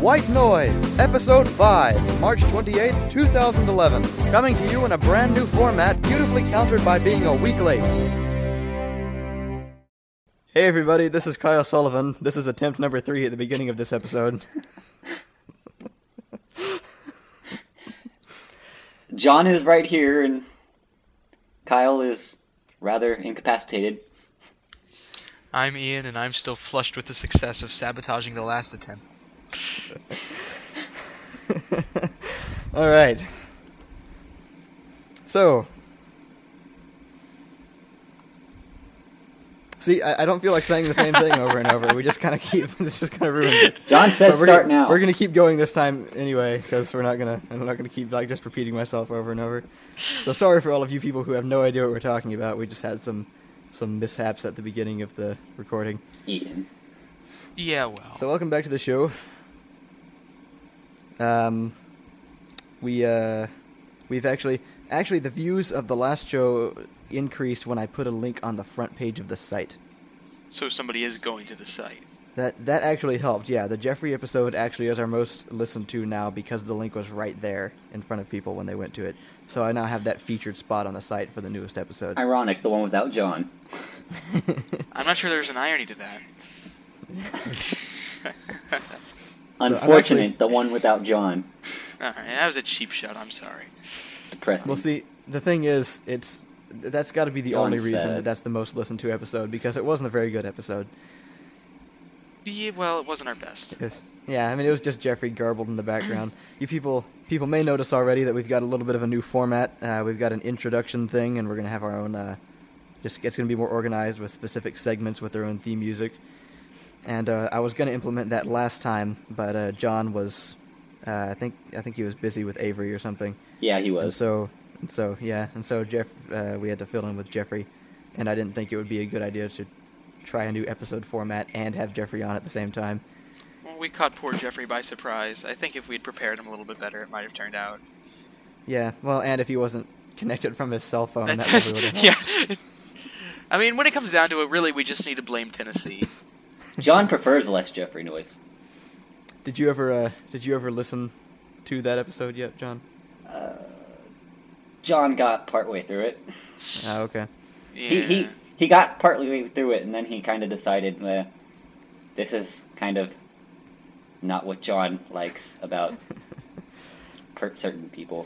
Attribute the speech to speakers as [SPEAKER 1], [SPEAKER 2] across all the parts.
[SPEAKER 1] White Noise, Episode 5, March 28th, 2011. Coming to you in a brand new format, beautifully countered by being a week late. Hey everybody, this is Kyle Sullivan. This is attempt number three at the beginning of this episode.
[SPEAKER 2] John is right here, and Kyle is rather incapacitated.
[SPEAKER 3] I'm Ian, and I'm still flushed with the success of sabotaging the last attempt.
[SPEAKER 1] All right. So, see, I, I don't feel like saying the same thing over and over. We just kind of keep this just kind of ruins it.
[SPEAKER 2] John says
[SPEAKER 1] But we're
[SPEAKER 2] start
[SPEAKER 1] gonna,
[SPEAKER 2] now.
[SPEAKER 1] We're gonna keep going this time anyway, because we're not gonna. I'm not gonna keep like just repeating myself over and over. So sorry for all of you people who have no idea what we're talking about. We just had some some mishaps at the beginning of the recording.
[SPEAKER 2] Ian.
[SPEAKER 3] Yeah, well.
[SPEAKER 1] So welcome back to the show. Um, we uh, we've actually actually the views of the last show increased when I put a link on the front page of the site.
[SPEAKER 3] So somebody is going to the site.
[SPEAKER 1] That that actually helped. Yeah, the Jeffrey episode actually is our most listened to now because the link was right there in front of people when they went to it. So I now have that featured spot on the site for the newest episode.
[SPEAKER 2] Ironic, the one without John.
[SPEAKER 3] I'm not sure there's an irony to that.
[SPEAKER 2] Unfortunate,
[SPEAKER 1] actually-
[SPEAKER 2] the one without John.
[SPEAKER 3] All right, Uh, that was a cheap shot. I'm sorry.
[SPEAKER 2] Depressing.
[SPEAKER 1] Well, see, the thing is, it's th- that's got to be the
[SPEAKER 2] John
[SPEAKER 1] only reason
[SPEAKER 2] said.
[SPEAKER 1] that that's the most listened to episode because it wasn't a very good episode.
[SPEAKER 3] Yeah, well, it wasn't our best.
[SPEAKER 1] Yes. Yeah, I mean it was just Jeffrey garbled in the background. You people, people may notice already that we've got a little bit of a new format. Uh, we've got an introduction thing, and we're gonna have our own. Uh, just it's gonna be more organized with specific segments with their own theme music. And uh, I was gonna implement that last time, but uh, John was, uh, I think, I think he was busy with Avery or something.
[SPEAKER 2] yeah, he
[SPEAKER 1] And
[SPEAKER 2] was.
[SPEAKER 1] so, and so yeah, and so Jeff, uh, we had to fill in with Jeffrey, and I didn't think it would be a good idea to try a new episode format and have Jeffrey on at the same time.
[SPEAKER 3] Well, we caught poor Jeffrey by surprise. I think if we'd prepared him a little bit better, it might have turned out.
[SPEAKER 1] Yeah, well, and if he wasn't connected from his cell phone, Um, that probably would have
[SPEAKER 3] yeah.
[SPEAKER 1] helped.
[SPEAKER 3] I mean, when it comes down to it, really, we just need to blame Tennessee.
[SPEAKER 2] John prefers less Jeffrey noise.
[SPEAKER 1] Did you ever, uh, did you ever listen to that episode yet, John?
[SPEAKER 2] John got partway through it.
[SPEAKER 1] Ah, okay.
[SPEAKER 3] Yeah.
[SPEAKER 2] He, he he got partly through it, and then he kind of decided, uh, this is kind of not what John likes about per- certain people.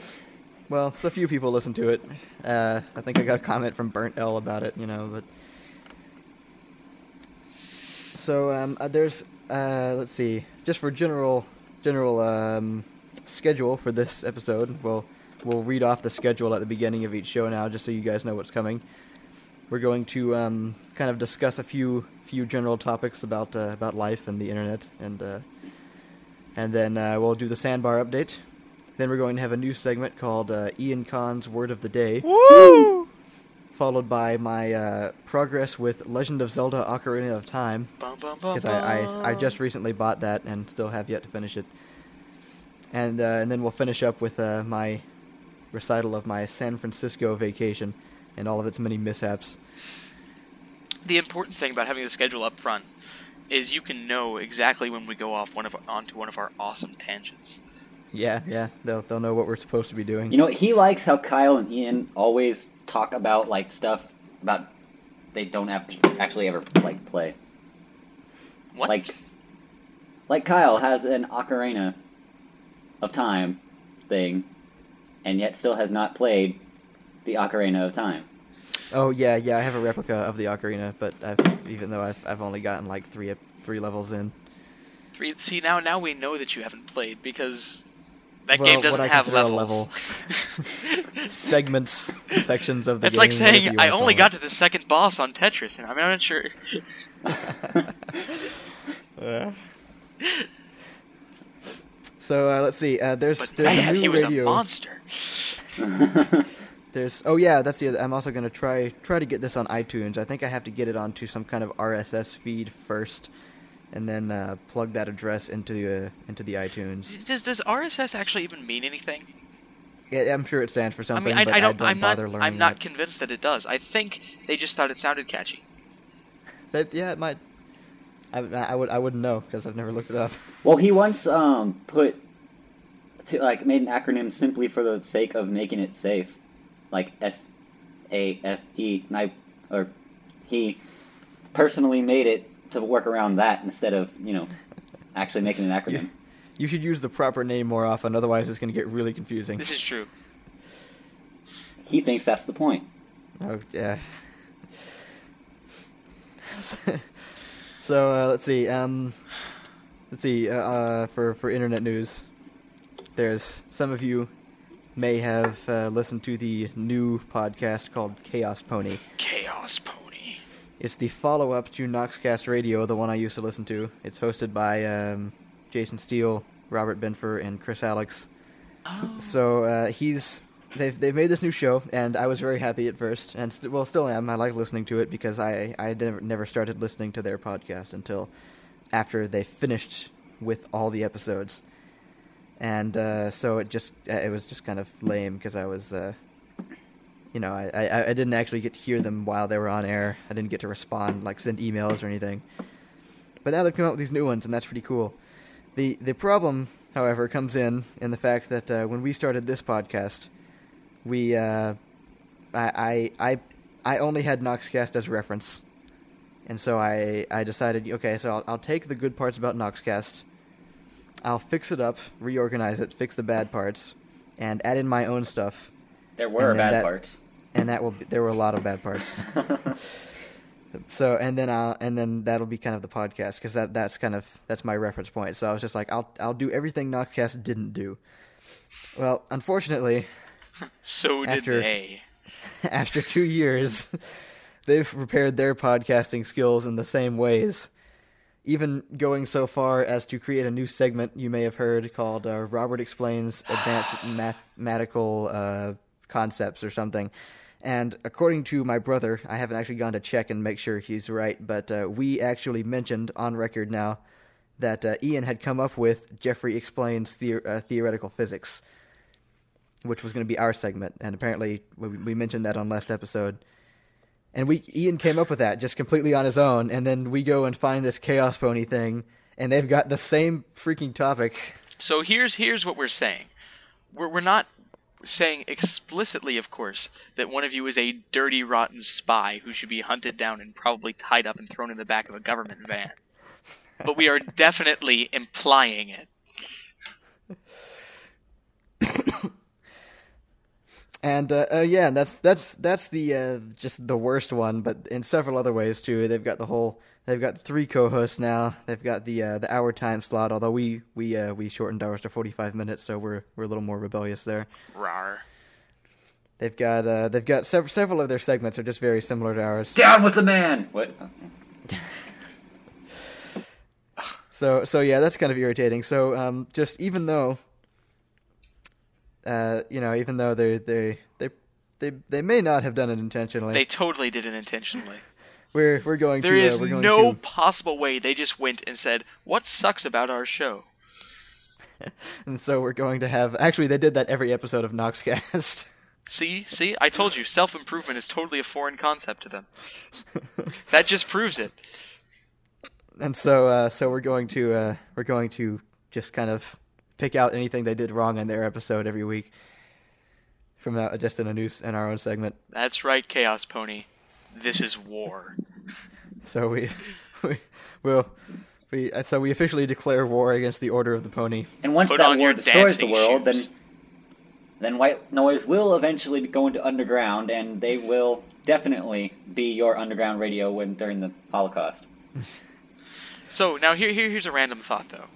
[SPEAKER 1] Well, so few people listen to it. Uh, I think I got a comment from Burnt L about it, you know, but. So, um, uh, there's, uh, let's see, just for general, general, um, schedule for this episode, we'll, we'll read off the schedule at the beginning of each show now, just so you guys know what's coming. We're going to, um, kind of discuss a few, few general topics about, uh, about life and the internet and, uh, and then uh, we'll do the sandbar update. Then we're going to have a new segment called uh, Ian Khan's Word of the Day. Followed by my uh, progress with Legend of Zelda: Ocarina of Time,
[SPEAKER 3] Bum, bum, bum,
[SPEAKER 1] because I, I I
[SPEAKER 3] bum.
[SPEAKER 1] just recently bought that and still have yet to finish it. And uh, and then we'll finish up with uh, my recital of my San Francisco vacation and all of its many mishaps.
[SPEAKER 3] the important thing about having the schedule up front is you can know exactly when we go off one of onto one of our awesome tangents.
[SPEAKER 1] Yeah, yeah, they'll they'll know what we're supposed to be doing.
[SPEAKER 2] You know, he likes how Kyle and Ian always talk about like stuff about they don't have actually ever like play.
[SPEAKER 3] What?
[SPEAKER 2] Like, like Kyle has an ocarina of time thing, and yet still has not played the ocarina of time.
[SPEAKER 1] Oh yeah, yeah. I have a replica of the ocarina, but I've, even though I've, I've only gotten like three three levels in.
[SPEAKER 3] Three, see now now we know that you haven't played because that
[SPEAKER 1] Well,
[SPEAKER 3] game
[SPEAKER 1] what
[SPEAKER 3] doesn't
[SPEAKER 1] I
[SPEAKER 3] have
[SPEAKER 1] consider a
[SPEAKER 3] levels.
[SPEAKER 1] Segments, sections of the
[SPEAKER 3] That's
[SPEAKER 1] game.
[SPEAKER 3] like
[SPEAKER 1] whatever you
[SPEAKER 3] saying
[SPEAKER 1] wanna
[SPEAKER 3] I only
[SPEAKER 1] call
[SPEAKER 3] got to the second boss on Tetris, and I'm not sure.
[SPEAKER 1] it. So uh, let's see. Uh, there's
[SPEAKER 3] But
[SPEAKER 1] there's
[SPEAKER 3] yes,
[SPEAKER 1] a
[SPEAKER 3] he
[SPEAKER 1] new
[SPEAKER 3] was a
[SPEAKER 1] radio.
[SPEAKER 3] monster.
[SPEAKER 1] There's oh yeah, that's the. Other, I'm also gonna try try to get this on iTunes. I think I have to get it onto some kind of RSS feed first, and then uh, plug that address into the uh, into the iTunes.
[SPEAKER 3] Does does RSS actually even mean anything?
[SPEAKER 1] Yeah, I'm sure it stands for something,
[SPEAKER 3] I mean,
[SPEAKER 1] but
[SPEAKER 3] I, I don't.
[SPEAKER 1] don't
[SPEAKER 3] am
[SPEAKER 1] bother
[SPEAKER 3] not.
[SPEAKER 1] learning.
[SPEAKER 3] I'm not
[SPEAKER 1] it.
[SPEAKER 3] convinced that it does. I think they just thought it sounded catchy.
[SPEAKER 1] That yeah, it might. I, I would I wouldn't know because I've never looked it up.
[SPEAKER 2] Well, he once um, put to like made an acronym simply for the sake of making it safe, like S A F E. And I or he personally made it to work around that instead of you know actually making an acronym.
[SPEAKER 1] You should use the proper name more often, otherwise it's going to get really confusing.
[SPEAKER 3] This is true.
[SPEAKER 2] He thinks that's the point.
[SPEAKER 1] Oh yeah. so uh, let's see. Um, let's see. Uh, uh, for for internet news, there's some of you may have uh, listened to the new podcast called Chaos Pony.
[SPEAKER 3] Chaos Pony.
[SPEAKER 1] It's the follow up to Noxcast Radio, the one I used to listen to. It's hosted by um, Jason Steele, Robert Benfer, and Chris Alex.
[SPEAKER 3] Oh.
[SPEAKER 1] So uh, he's they've they've made this new show, and I was very happy at first, and st- well, still am. I like listening to it because I I never never started listening to their podcast until after they finished with all the episodes, and uh, so it just uh, it was just kind of lame because I was. Uh, you know, I, I, I didn't actually get to hear them while they were on air. I didn't get to respond, like send emails or anything. But now they've come out with these new ones, and that's pretty cool. The the problem, however, comes in in the fact that uh, when we started this podcast, we uh, I, I I I only had Noxcast as reference, and so I I decided okay, so I'll, I'll take the good parts about Noxcast, I'll fix it up, reorganize it, fix the bad parts, and add in my own stuff,
[SPEAKER 2] There
[SPEAKER 1] And
[SPEAKER 2] were
[SPEAKER 1] then
[SPEAKER 2] bad
[SPEAKER 1] that-
[SPEAKER 2] parts.
[SPEAKER 1] and that will be, there were a lot of bad parts. So and then I'll and then that'll be kind of the podcast because that that's kind of that's my reference point. So I was just like, I'll I'll do everything Knockcast didn't do. Well, unfortunately,
[SPEAKER 3] So did
[SPEAKER 1] After-
[SPEAKER 3] they.
[SPEAKER 1] after two years, they've repaired their podcasting skills in the same ways. Even going so far as to create a new segment you may have heard called uh, Robert Explains Advanced Mathematical uh, Concepts or something. And according to my brother, I haven't actually gone to check and make sure he's right, but uh, we actually mentioned on record now that uh, Ian had come up with Jeffrey Explains Theor uh, Theoretical Physics which was going to be our segment, and apparently we, we mentioned that on last episode. And we Ian came up with that just completely on his own, and then we go and find this chaos pony thing, and they've got the same freaking topic.
[SPEAKER 3] So here's here's what we're saying. We're we're not saying explicitly, of course, that one of you is a dirty, rotten spy who should be hunted down and probably tied up and thrown in the back of a government van. But we are definitely implying it.
[SPEAKER 1] And uh, uh, yeah, and that's that's that's the uh, just the worst one, but in several other ways too. They've got the whole they've got three co-hosts now. They've got the uh, the hour time slot, although we we uh, we shortened ours to forty five minutes, so we're we're a little more rebellious there.
[SPEAKER 3] Rawr.
[SPEAKER 1] They've got uh, they've got sev- several of their segments are just very similar to ours.
[SPEAKER 2] Down with the man. What?
[SPEAKER 1] So so yeah, that's kind of irritating. So um, just even though, uh, you know, even though they they they they they may not have done it intentionally,
[SPEAKER 3] They totally did it intentionally.
[SPEAKER 1] we're we're going
[SPEAKER 3] There
[SPEAKER 1] to
[SPEAKER 3] is
[SPEAKER 1] uh, we're going
[SPEAKER 3] no
[SPEAKER 1] to
[SPEAKER 3] possible way they just went and said, "What sucks about our show?"
[SPEAKER 1] and so we're going to have actually they did that every episode of Noxcast.
[SPEAKER 3] See, see, I told you, self improvement is totally a foreign concept to them. That just proves it.
[SPEAKER 1] and so uh, so we're going to uh, we're going to just kind of pick out anything they did wrong in their episode every week from uh, just in a news in our own segment.
[SPEAKER 3] That's right, Chaos Pony. This is war.
[SPEAKER 1] So we we will we uh, so we officially declare war against the Order of the Pony.
[SPEAKER 2] And once
[SPEAKER 3] Put
[SPEAKER 2] that
[SPEAKER 3] on
[SPEAKER 2] war
[SPEAKER 3] your
[SPEAKER 2] destroys the
[SPEAKER 3] dancing
[SPEAKER 2] world,
[SPEAKER 3] shoes.
[SPEAKER 2] then then white noise will eventually be going to underground, and they will definitely be your underground radio when during the Holocaust.
[SPEAKER 3] So now here, here here's a random thought though.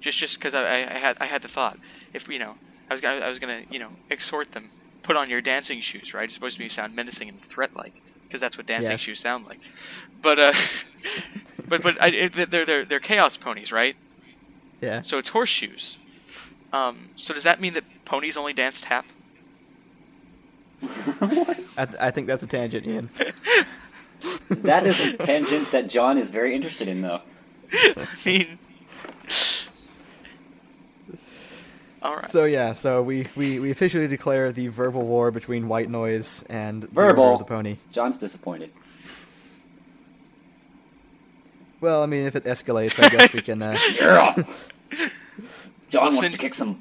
[SPEAKER 3] Just just because I, I, I had I had the thought. If you know, I was gonna I was gonna you know exhort them. Put on your dancing shoes, right? It's supposed to be sound menacing and threat-like, because that's what dancing
[SPEAKER 1] Yeah.
[SPEAKER 3] shoes sound like. But uh, but but I, it, they're they're they're chaos ponies, right?
[SPEAKER 1] Yeah.
[SPEAKER 3] So it's horseshoes. Um, so does that mean that ponies only dance tap?
[SPEAKER 1] I, th- I think that's a tangent, Ian.
[SPEAKER 2] That is a tangent that John is very interested in, though.
[SPEAKER 3] I mean, all right.
[SPEAKER 1] So yeah, so we, we, we officially declare the verbal war between white noise and the Order
[SPEAKER 2] Verbal.
[SPEAKER 1] of the pony.
[SPEAKER 2] John's disappointed.
[SPEAKER 1] Well, I mean, if it escalates, I guess we can. Uh,
[SPEAKER 2] Yeah. John wants
[SPEAKER 3] Listen-
[SPEAKER 2] to kick some.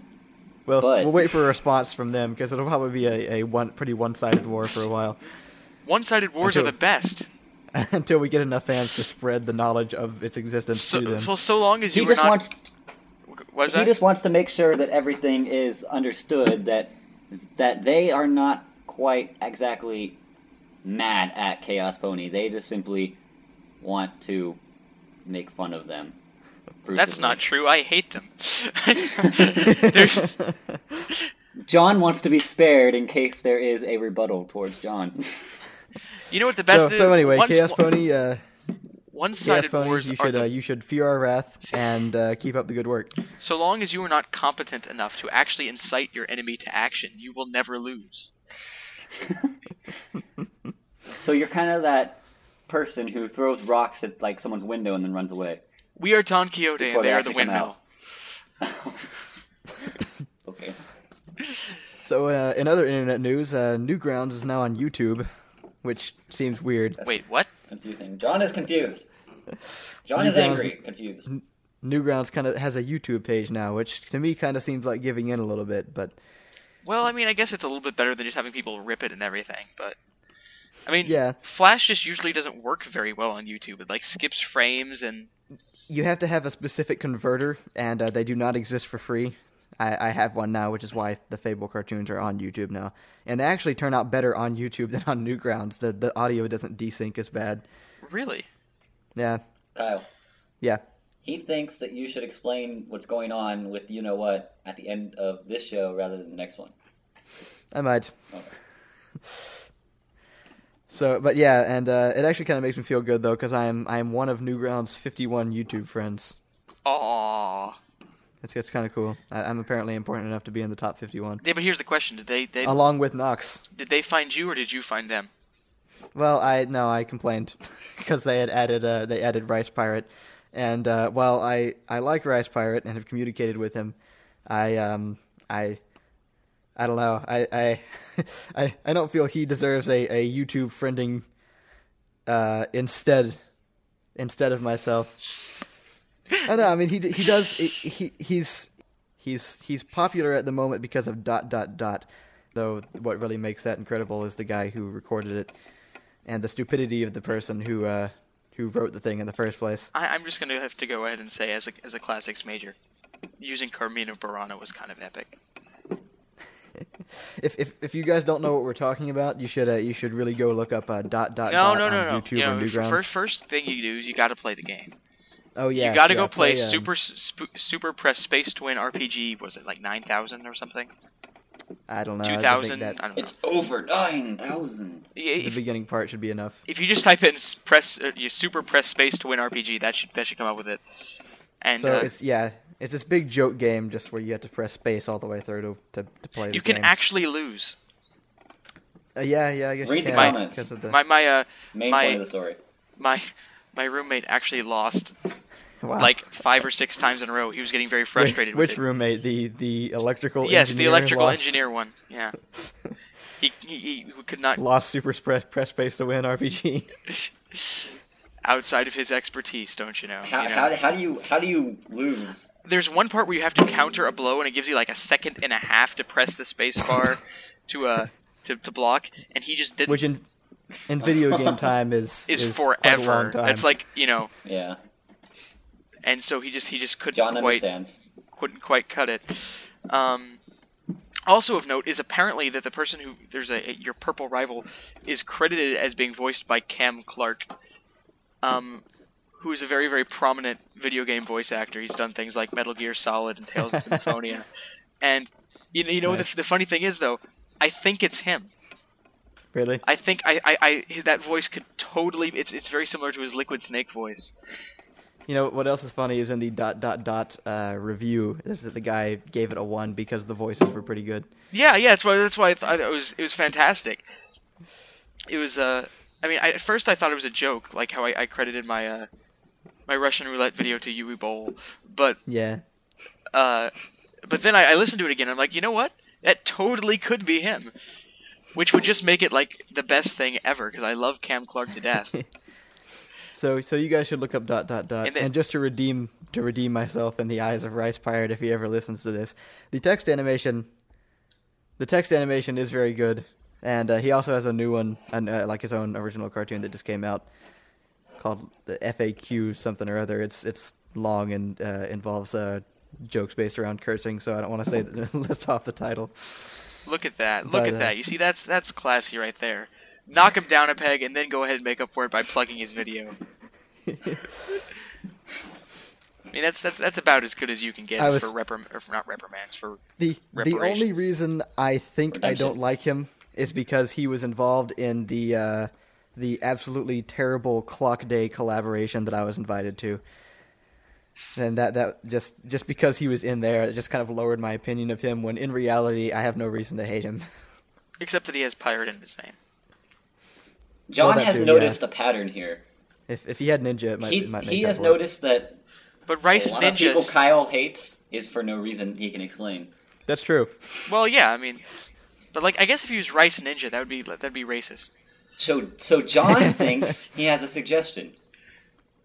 [SPEAKER 1] well,
[SPEAKER 2] But-
[SPEAKER 1] we'll wait for a response from them because it'll probably be a, a one pretty one-sided war for a while
[SPEAKER 3] One-sided wars
[SPEAKER 1] Until-
[SPEAKER 3] are the best.
[SPEAKER 1] until we get enough fans to spread the knowledge of its existence
[SPEAKER 3] So,
[SPEAKER 1] to them.
[SPEAKER 3] well, so long as
[SPEAKER 2] He
[SPEAKER 3] you were
[SPEAKER 2] just
[SPEAKER 3] not.
[SPEAKER 2] wants.
[SPEAKER 3] was
[SPEAKER 2] He
[SPEAKER 3] that?
[SPEAKER 2] just wants to make sure that everything is understood. That that they are not quite exactly mad at Chaos Pony. They just simply want to make fun of them.
[SPEAKER 3] That's
[SPEAKER 2] Bruce's
[SPEAKER 3] not
[SPEAKER 2] way.
[SPEAKER 3] true. I hate them. There's-
[SPEAKER 2] John wants to be spared in case there is a rebuttal towards John.
[SPEAKER 3] you know what the best
[SPEAKER 1] so,
[SPEAKER 3] is?
[SPEAKER 1] so anyway,
[SPEAKER 3] Once-
[SPEAKER 1] Chaos Pony, uh, Chaos
[SPEAKER 3] One-sided
[SPEAKER 1] Pony,
[SPEAKER 3] wars
[SPEAKER 1] you
[SPEAKER 3] are
[SPEAKER 1] should
[SPEAKER 3] the
[SPEAKER 1] uh, you should fear our wrath and uh, keep up the good work.
[SPEAKER 3] So long as you are not competent enough to actually incite your enemy to action, you will never lose.
[SPEAKER 2] so you're kind of that person who throws rocks at like someone's window and then runs away.
[SPEAKER 3] We are Don Quixote
[SPEAKER 2] Before
[SPEAKER 3] and they
[SPEAKER 2] they
[SPEAKER 3] are the
[SPEAKER 2] actually come
[SPEAKER 3] windmill.
[SPEAKER 2] Okay.
[SPEAKER 1] So, uh, in other internet news, uh, Newgrounds is now on YouTube, which seems weird.
[SPEAKER 3] Wait, what?
[SPEAKER 2] Confusing. John is confused. John
[SPEAKER 1] is angry,
[SPEAKER 2] confused.
[SPEAKER 1] Newgrounds kind of has a YouTube page now, which to me kind of seems like giving in a little bit. But
[SPEAKER 3] Well, I mean, I guess it's a little bit better than just having people rip it and everything, but I mean,
[SPEAKER 1] Yeah.
[SPEAKER 3] Flash just usually doesn't work very well on YouTube. It like skips frames and
[SPEAKER 1] you have to have a specific converter, and uh, they do not exist for free. I, I have one now, which is why the Fable cartoons are on YouTube now, and they actually turn out better on YouTube than on Newgrounds. The the audio doesn't desync as bad.
[SPEAKER 3] really,
[SPEAKER 1] Yeah,
[SPEAKER 2] Kyle,
[SPEAKER 1] yeah.
[SPEAKER 2] he thinks that you should explain what's going on with you know what at the end of this show rather than the next one.
[SPEAKER 1] I might.
[SPEAKER 2] Okay.
[SPEAKER 1] So, but yeah, and uh, it actually kind of makes me feel good though, because I am I am one of Newgrounds' fifty-one YouTube friends.
[SPEAKER 3] aww.
[SPEAKER 1] That's that's kind of cool. I, I'm apparently important enough to be in the top fifty-one,
[SPEAKER 3] Yeah, but here's the question: Did they, they
[SPEAKER 1] along with Knox.
[SPEAKER 3] did they find you or did you find them?
[SPEAKER 1] Well, I no, I complained because they had added uh, they added Rice Pirate, and uh, while I I like Rice Pirate and have communicated with him, I um I. I don't know. I I, I I don't feel he deserves a, a YouTube friending uh, instead instead of myself. I know. I mean, he d- he does he, he he's he's he's popular at the moment because of dot dot dot. Though what really makes that incredible is the guy who recorded it and the stupidity of the person who uh, who wrote the thing in the first place.
[SPEAKER 3] I, I'm just gonna have to go ahead and say, as a as a classics major, using Carmina Burana was kind of epic.
[SPEAKER 1] If if, if you guys don't know what we're talking about, you should uh, you should really go look up uh, dot dot
[SPEAKER 3] No,
[SPEAKER 1] dot
[SPEAKER 3] no,
[SPEAKER 1] on
[SPEAKER 3] no, no.
[SPEAKER 1] YouTube
[SPEAKER 3] You know,
[SPEAKER 1] or Newgrounds.
[SPEAKER 3] first, first thing you do is you got to play the game.
[SPEAKER 1] oh yeah,
[SPEAKER 3] you got to
[SPEAKER 1] yeah,
[SPEAKER 3] go play,
[SPEAKER 1] um,
[SPEAKER 3] Super Sp- Super Press Space Twin RPG. Was it like nine thousand or something?
[SPEAKER 1] Uh, I don't know.
[SPEAKER 3] Two
[SPEAKER 1] I think
[SPEAKER 3] thousand? I
[SPEAKER 1] that
[SPEAKER 3] don't know.
[SPEAKER 2] It's over nine thousand.
[SPEAKER 3] Yeah,
[SPEAKER 1] the
[SPEAKER 3] If,
[SPEAKER 1] beginning part should be enough.
[SPEAKER 3] if you just type in s- press uh, you Super Press Space Twin RPG, that should that should come up with it. And
[SPEAKER 1] So
[SPEAKER 3] uh,
[SPEAKER 1] it's yeah, it's this big joke game just where you have to press space all the way through to to, to play the
[SPEAKER 3] you can
[SPEAKER 1] game.
[SPEAKER 3] actually lose.
[SPEAKER 1] Uh, yeah, yeah, I guess
[SPEAKER 2] Read
[SPEAKER 1] you
[SPEAKER 2] the
[SPEAKER 1] can
[SPEAKER 2] comments.
[SPEAKER 1] because of the
[SPEAKER 3] My my uh
[SPEAKER 2] Main
[SPEAKER 3] My-
[SPEAKER 2] point of the story.
[SPEAKER 3] my my roommate actually lost
[SPEAKER 1] wow.
[SPEAKER 3] like five or six times in a row. He was getting very frustrated.
[SPEAKER 1] Which,
[SPEAKER 3] with it.
[SPEAKER 1] roommate? The the electrical
[SPEAKER 3] Yes, the
[SPEAKER 1] engineer
[SPEAKER 3] electrical
[SPEAKER 1] lost,
[SPEAKER 3] engineer one. Yeah. He, he, he could not
[SPEAKER 1] lost super press press space to win RPG.
[SPEAKER 3] outside of his expertise, don't you
[SPEAKER 1] Oh,
[SPEAKER 3] know?
[SPEAKER 2] How,
[SPEAKER 3] You know?
[SPEAKER 2] how, how do you how do you lose?
[SPEAKER 3] There's one part where you have to counter a blow, and it gives you like a second and a half to press the space bar to uh to, to block, and he just didn't.
[SPEAKER 1] which in in video game time is
[SPEAKER 3] is,
[SPEAKER 1] Quite a long
[SPEAKER 3] forever.
[SPEAKER 1] time.
[SPEAKER 3] It's like you know,
[SPEAKER 2] Yeah,
[SPEAKER 3] and so he just he just couldn't
[SPEAKER 2] John
[SPEAKER 3] quite
[SPEAKER 2] understands.
[SPEAKER 3] couldn't quite cut it. Um, also of note is apparently that the person who there's a your purple rival is credited as being voiced by Cam Clark, um, who is a very very prominent video game voice actor. He's done things like Metal Gear Solid and Tales of Symphonia, and you know, you know
[SPEAKER 1] Nice.
[SPEAKER 3] the, the funny thing is though, I think it's him.
[SPEAKER 1] really.
[SPEAKER 3] I think I, I, I his- that voice could totally it's it's very similar to his Liquid Snake voice.
[SPEAKER 1] You know what else is funny is in the dot dot dot uh, review is that the guy gave it a one because the voices were pretty good.
[SPEAKER 3] Yeah, yeah, that's why that's why I thought it was it was fantastic. It was uh I mean I, at first I thought it was a joke, like how I, I credited my uh my Russian roulette video to Yui Bowl, but
[SPEAKER 1] Yeah,
[SPEAKER 3] uh but then I, I listened to it again. I'm like, you know what? That totally could be him, which would just make it like the best thing ever because I love Cam Clark to death.
[SPEAKER 1] So so you guys should look up dot dot dot.
[SPEAKER 3] And
[SPEAKER 1] And,
[SPEAKER 3] then-
[SPEAKER 1] just to redeem to redeem myself in the eyes of Rice Pirate if he ever listens to this, the text animation, the text animation is very good, and uh, he also has a new one, an, uh, like his own original cartoon that just came out called the FAQ something or other. It's it's long and uh, involves uh, jokes based around cursing, so I don't want to say that, list off the title.
[SPEAKER 3] Look at that. Look
[SPEAKER 1] But,
[SPEAKER 3] at
[SPEAKER 1] uh,
[SPEAKER 3] that. You see, that's that's classy right there. Knock him down a peg and then go ahead and make up for it by plugging his video. I mean, that's that's that's about as good as you can get
[SPEAKER 1] I was-
[SPEAKER 3] for reprim- or for not reprimands for.
[SPEAKER 1] The the only
[SPEAKER 3] Reparations.
[SPEAKER 1] reason I think I
[SPEAKER 2] Redemption.
[SPEAKER 1] don't like him is because he was involved in the uh, the absolutely terrible Clock Day collaboration that I was invited to. And that that just just because he was in there, it just kind of lowered my opinion of him. When in reality, I have no reason to hate him.
[SPEAKER 3] Except that he has pirate in his name.
[SPEAKER 1] Well,
[SPEAKER 2] John
[SPEAKER 1] that
[SPEAKER 2] has
[SPEAKER 1] too,
[SPEAKER 2] noticed a pattern here.
[SPEAKER 1] If if he had Ninja, it might
[SPEAKER 2] he
[SPEAKER 1] it might make
[SPEAKER 2] he
[SPEAKER 1] that
[SPEAKER 2] has
[SPEAKER 1] work.
[SPEAKER 2] noticed that
[SPEAKER 3] But Rice
[SPEAKER 2] a lot of
[SPEAKER 3] Ninja.
[SPEAKER 2] people Kyle hates is for no reason he can explain.
[SPEAKER 1] That's true.
[SPEAKER 3] Well, yeah, I mean, but like, I guess if you use Rice Ninja, that would be that'd be racist.
[SPEAKER 2] So so John thinks he has a suggestion.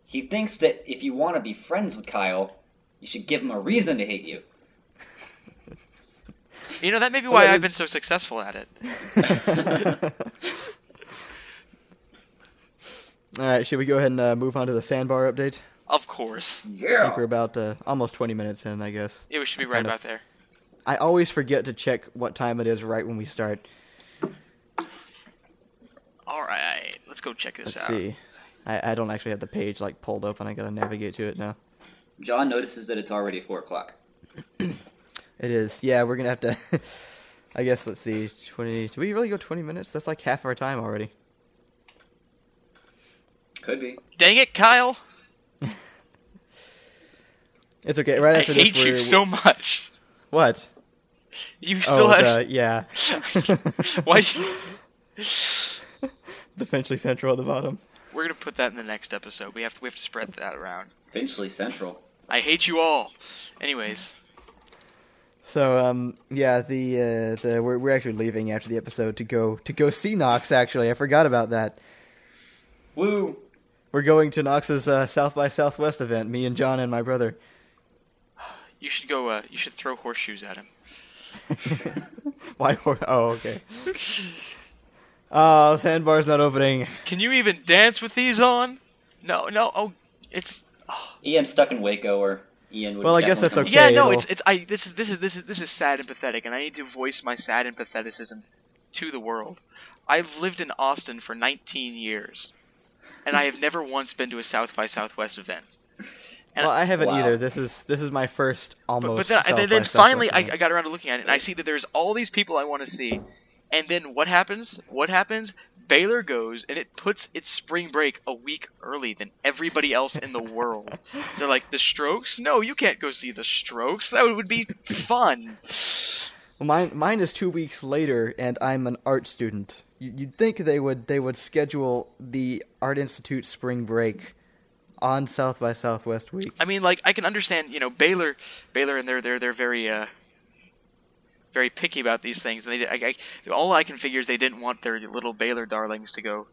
[SPEAKER 2] He thinks that if you want to be friends with Kyle, you should give him a reason to hate you.
[SPEAKER 3] You know, that may be why
[SPEAKER 1] that
[SPEAKER 3] I've
[SPEAKER 1] is-
[SPEAKER 3] been so successful at it.
[SPEAKER 1] All right, should we go ahead and uh, move on to the sandbar update?
[SPEAKER 3] Of course,
[SPEAKER 1] I think we're
[SPEAKER 2] Yeah.
[SPEAKER 1] about uh, almost twenty minutes in, I guess.
[SPEAKER 3] it should be right
[SPEAKER 1] Kind of.
[SPEAKER 3] about there.
[SPEAKER 1] I always forget to check what time it is right when we start.
[SPEAKER 3] All right, let's go check this
[SPEAKER 1] Let's
[SPEAKER 3] out.
[SPEAKER 1] see. I, I don't actually have the page like pulled up, and I gotta navigate to it now.
[SPEAKER 2] John notices that it's already four o'clock.
[SPEAKER 1] It is. Yeah, we're gonna have to. I guess let's see. Twenty. Did we really go twenty minutes? That's like half our time already.
[SPEAKER 2] Could be.
[SPEAKER 3] Dang it, Kyle!
[SPEAKER 1] It's okay. Right
[SPEAKER 3] I
[SPEAKER 1] after this,
[SPEAKER 3] hate you
[SPEAKER 1] we're
[SPEAKER 3] so much.
[SPEAKER 1] what?
[SPEAKER 3] You
[SPEAKER 1] Oh,
[SPEAKER 3] still
[SPEAKER 1] the,
[SPEAKER 3] have.
[SPEAKER 1] yeah.
[SPEAKER 3] Why? you-
[SPEAKER 1] the Finchley Central at the bottom.
[SPEAKER 3] We're gonna put that in the next episode. We have to, we have to spread that around.
[SPEAKER 2] Finchley Central.
[SPEAKER 3] I hate you all. Anyways,
[SPEAKER 1] So um yeah the uh, the we're we're actually leaving after the episode to go to go see Knox. Actually, I forgot about that.
[SPEAKER 2] Woo!
[SPEAKER 1] We're going to Knox's uh, South by Southwest event. Me and John and my brother.
[SPEAKER 3] you should go. Uh, you should throw horseshoes at him.
[SPEAKER 1] Why? Hor- oh, okay. Oh, sandbar's not opening.
[SPEAKER 3] Can you even dance with these on? No, no. Oh, it's oh,
[SPEAKER 2] Ian's stuck in Waco, or Ian would.
[SPEAKER 1] Well, I guess
[SPEAKER 2] definitely
[SPEAKER 1] that's
[SPEAKER 2] come
[SPEAKER 3] yeah.
[SPEAKER 1] Okay,
[SPEAKER 3] No,
[SPEAKER 1] it'll-
[SPEAKER 3] it's it's. I. This is this is this is this is sad and pathetic, and I need to voice my sad and patheticism to the world. I've lived in Austin for 19 years, and I have never once been to a South by Southwest event. And
[SPEAKER 1] Well, I haven't
[SPEAKER 2] Wow.
[SPEAKER 1] either. This is this is my first
[SPEAKER 3] But,
[SPEAKER 1] almost.
[SPEAKER 3] but then,
[SPEAKER 1] South
[SPEAKER 3] and
[SPEAKER 1] by
[SPEAKER 3] then, then finally, I,
[SPEAKER 1] Southwest
[SPEAKER 3] I got around to looking at it, and I see that there's all these people I want to see. And then what happens? What happens? Baylor goes, and it puts its spring break a week early than everybody else in the world. They're like, the Strokes? No, you can't go see the Strokes. That would be fun.
[SPEAKER 1] event. mine mine is two weeks later, and I'm an art student. You, you'd think they would they would schedule the art institute spring break on South by Southwest week.
[SPEAKER 3] I mean, like I can understand, you know, Baylor, Baylor, and they're they're they're very uh, very picky about these things. And they, did- I, I, all I can figure is they didn't want their little Baylor darlings to go,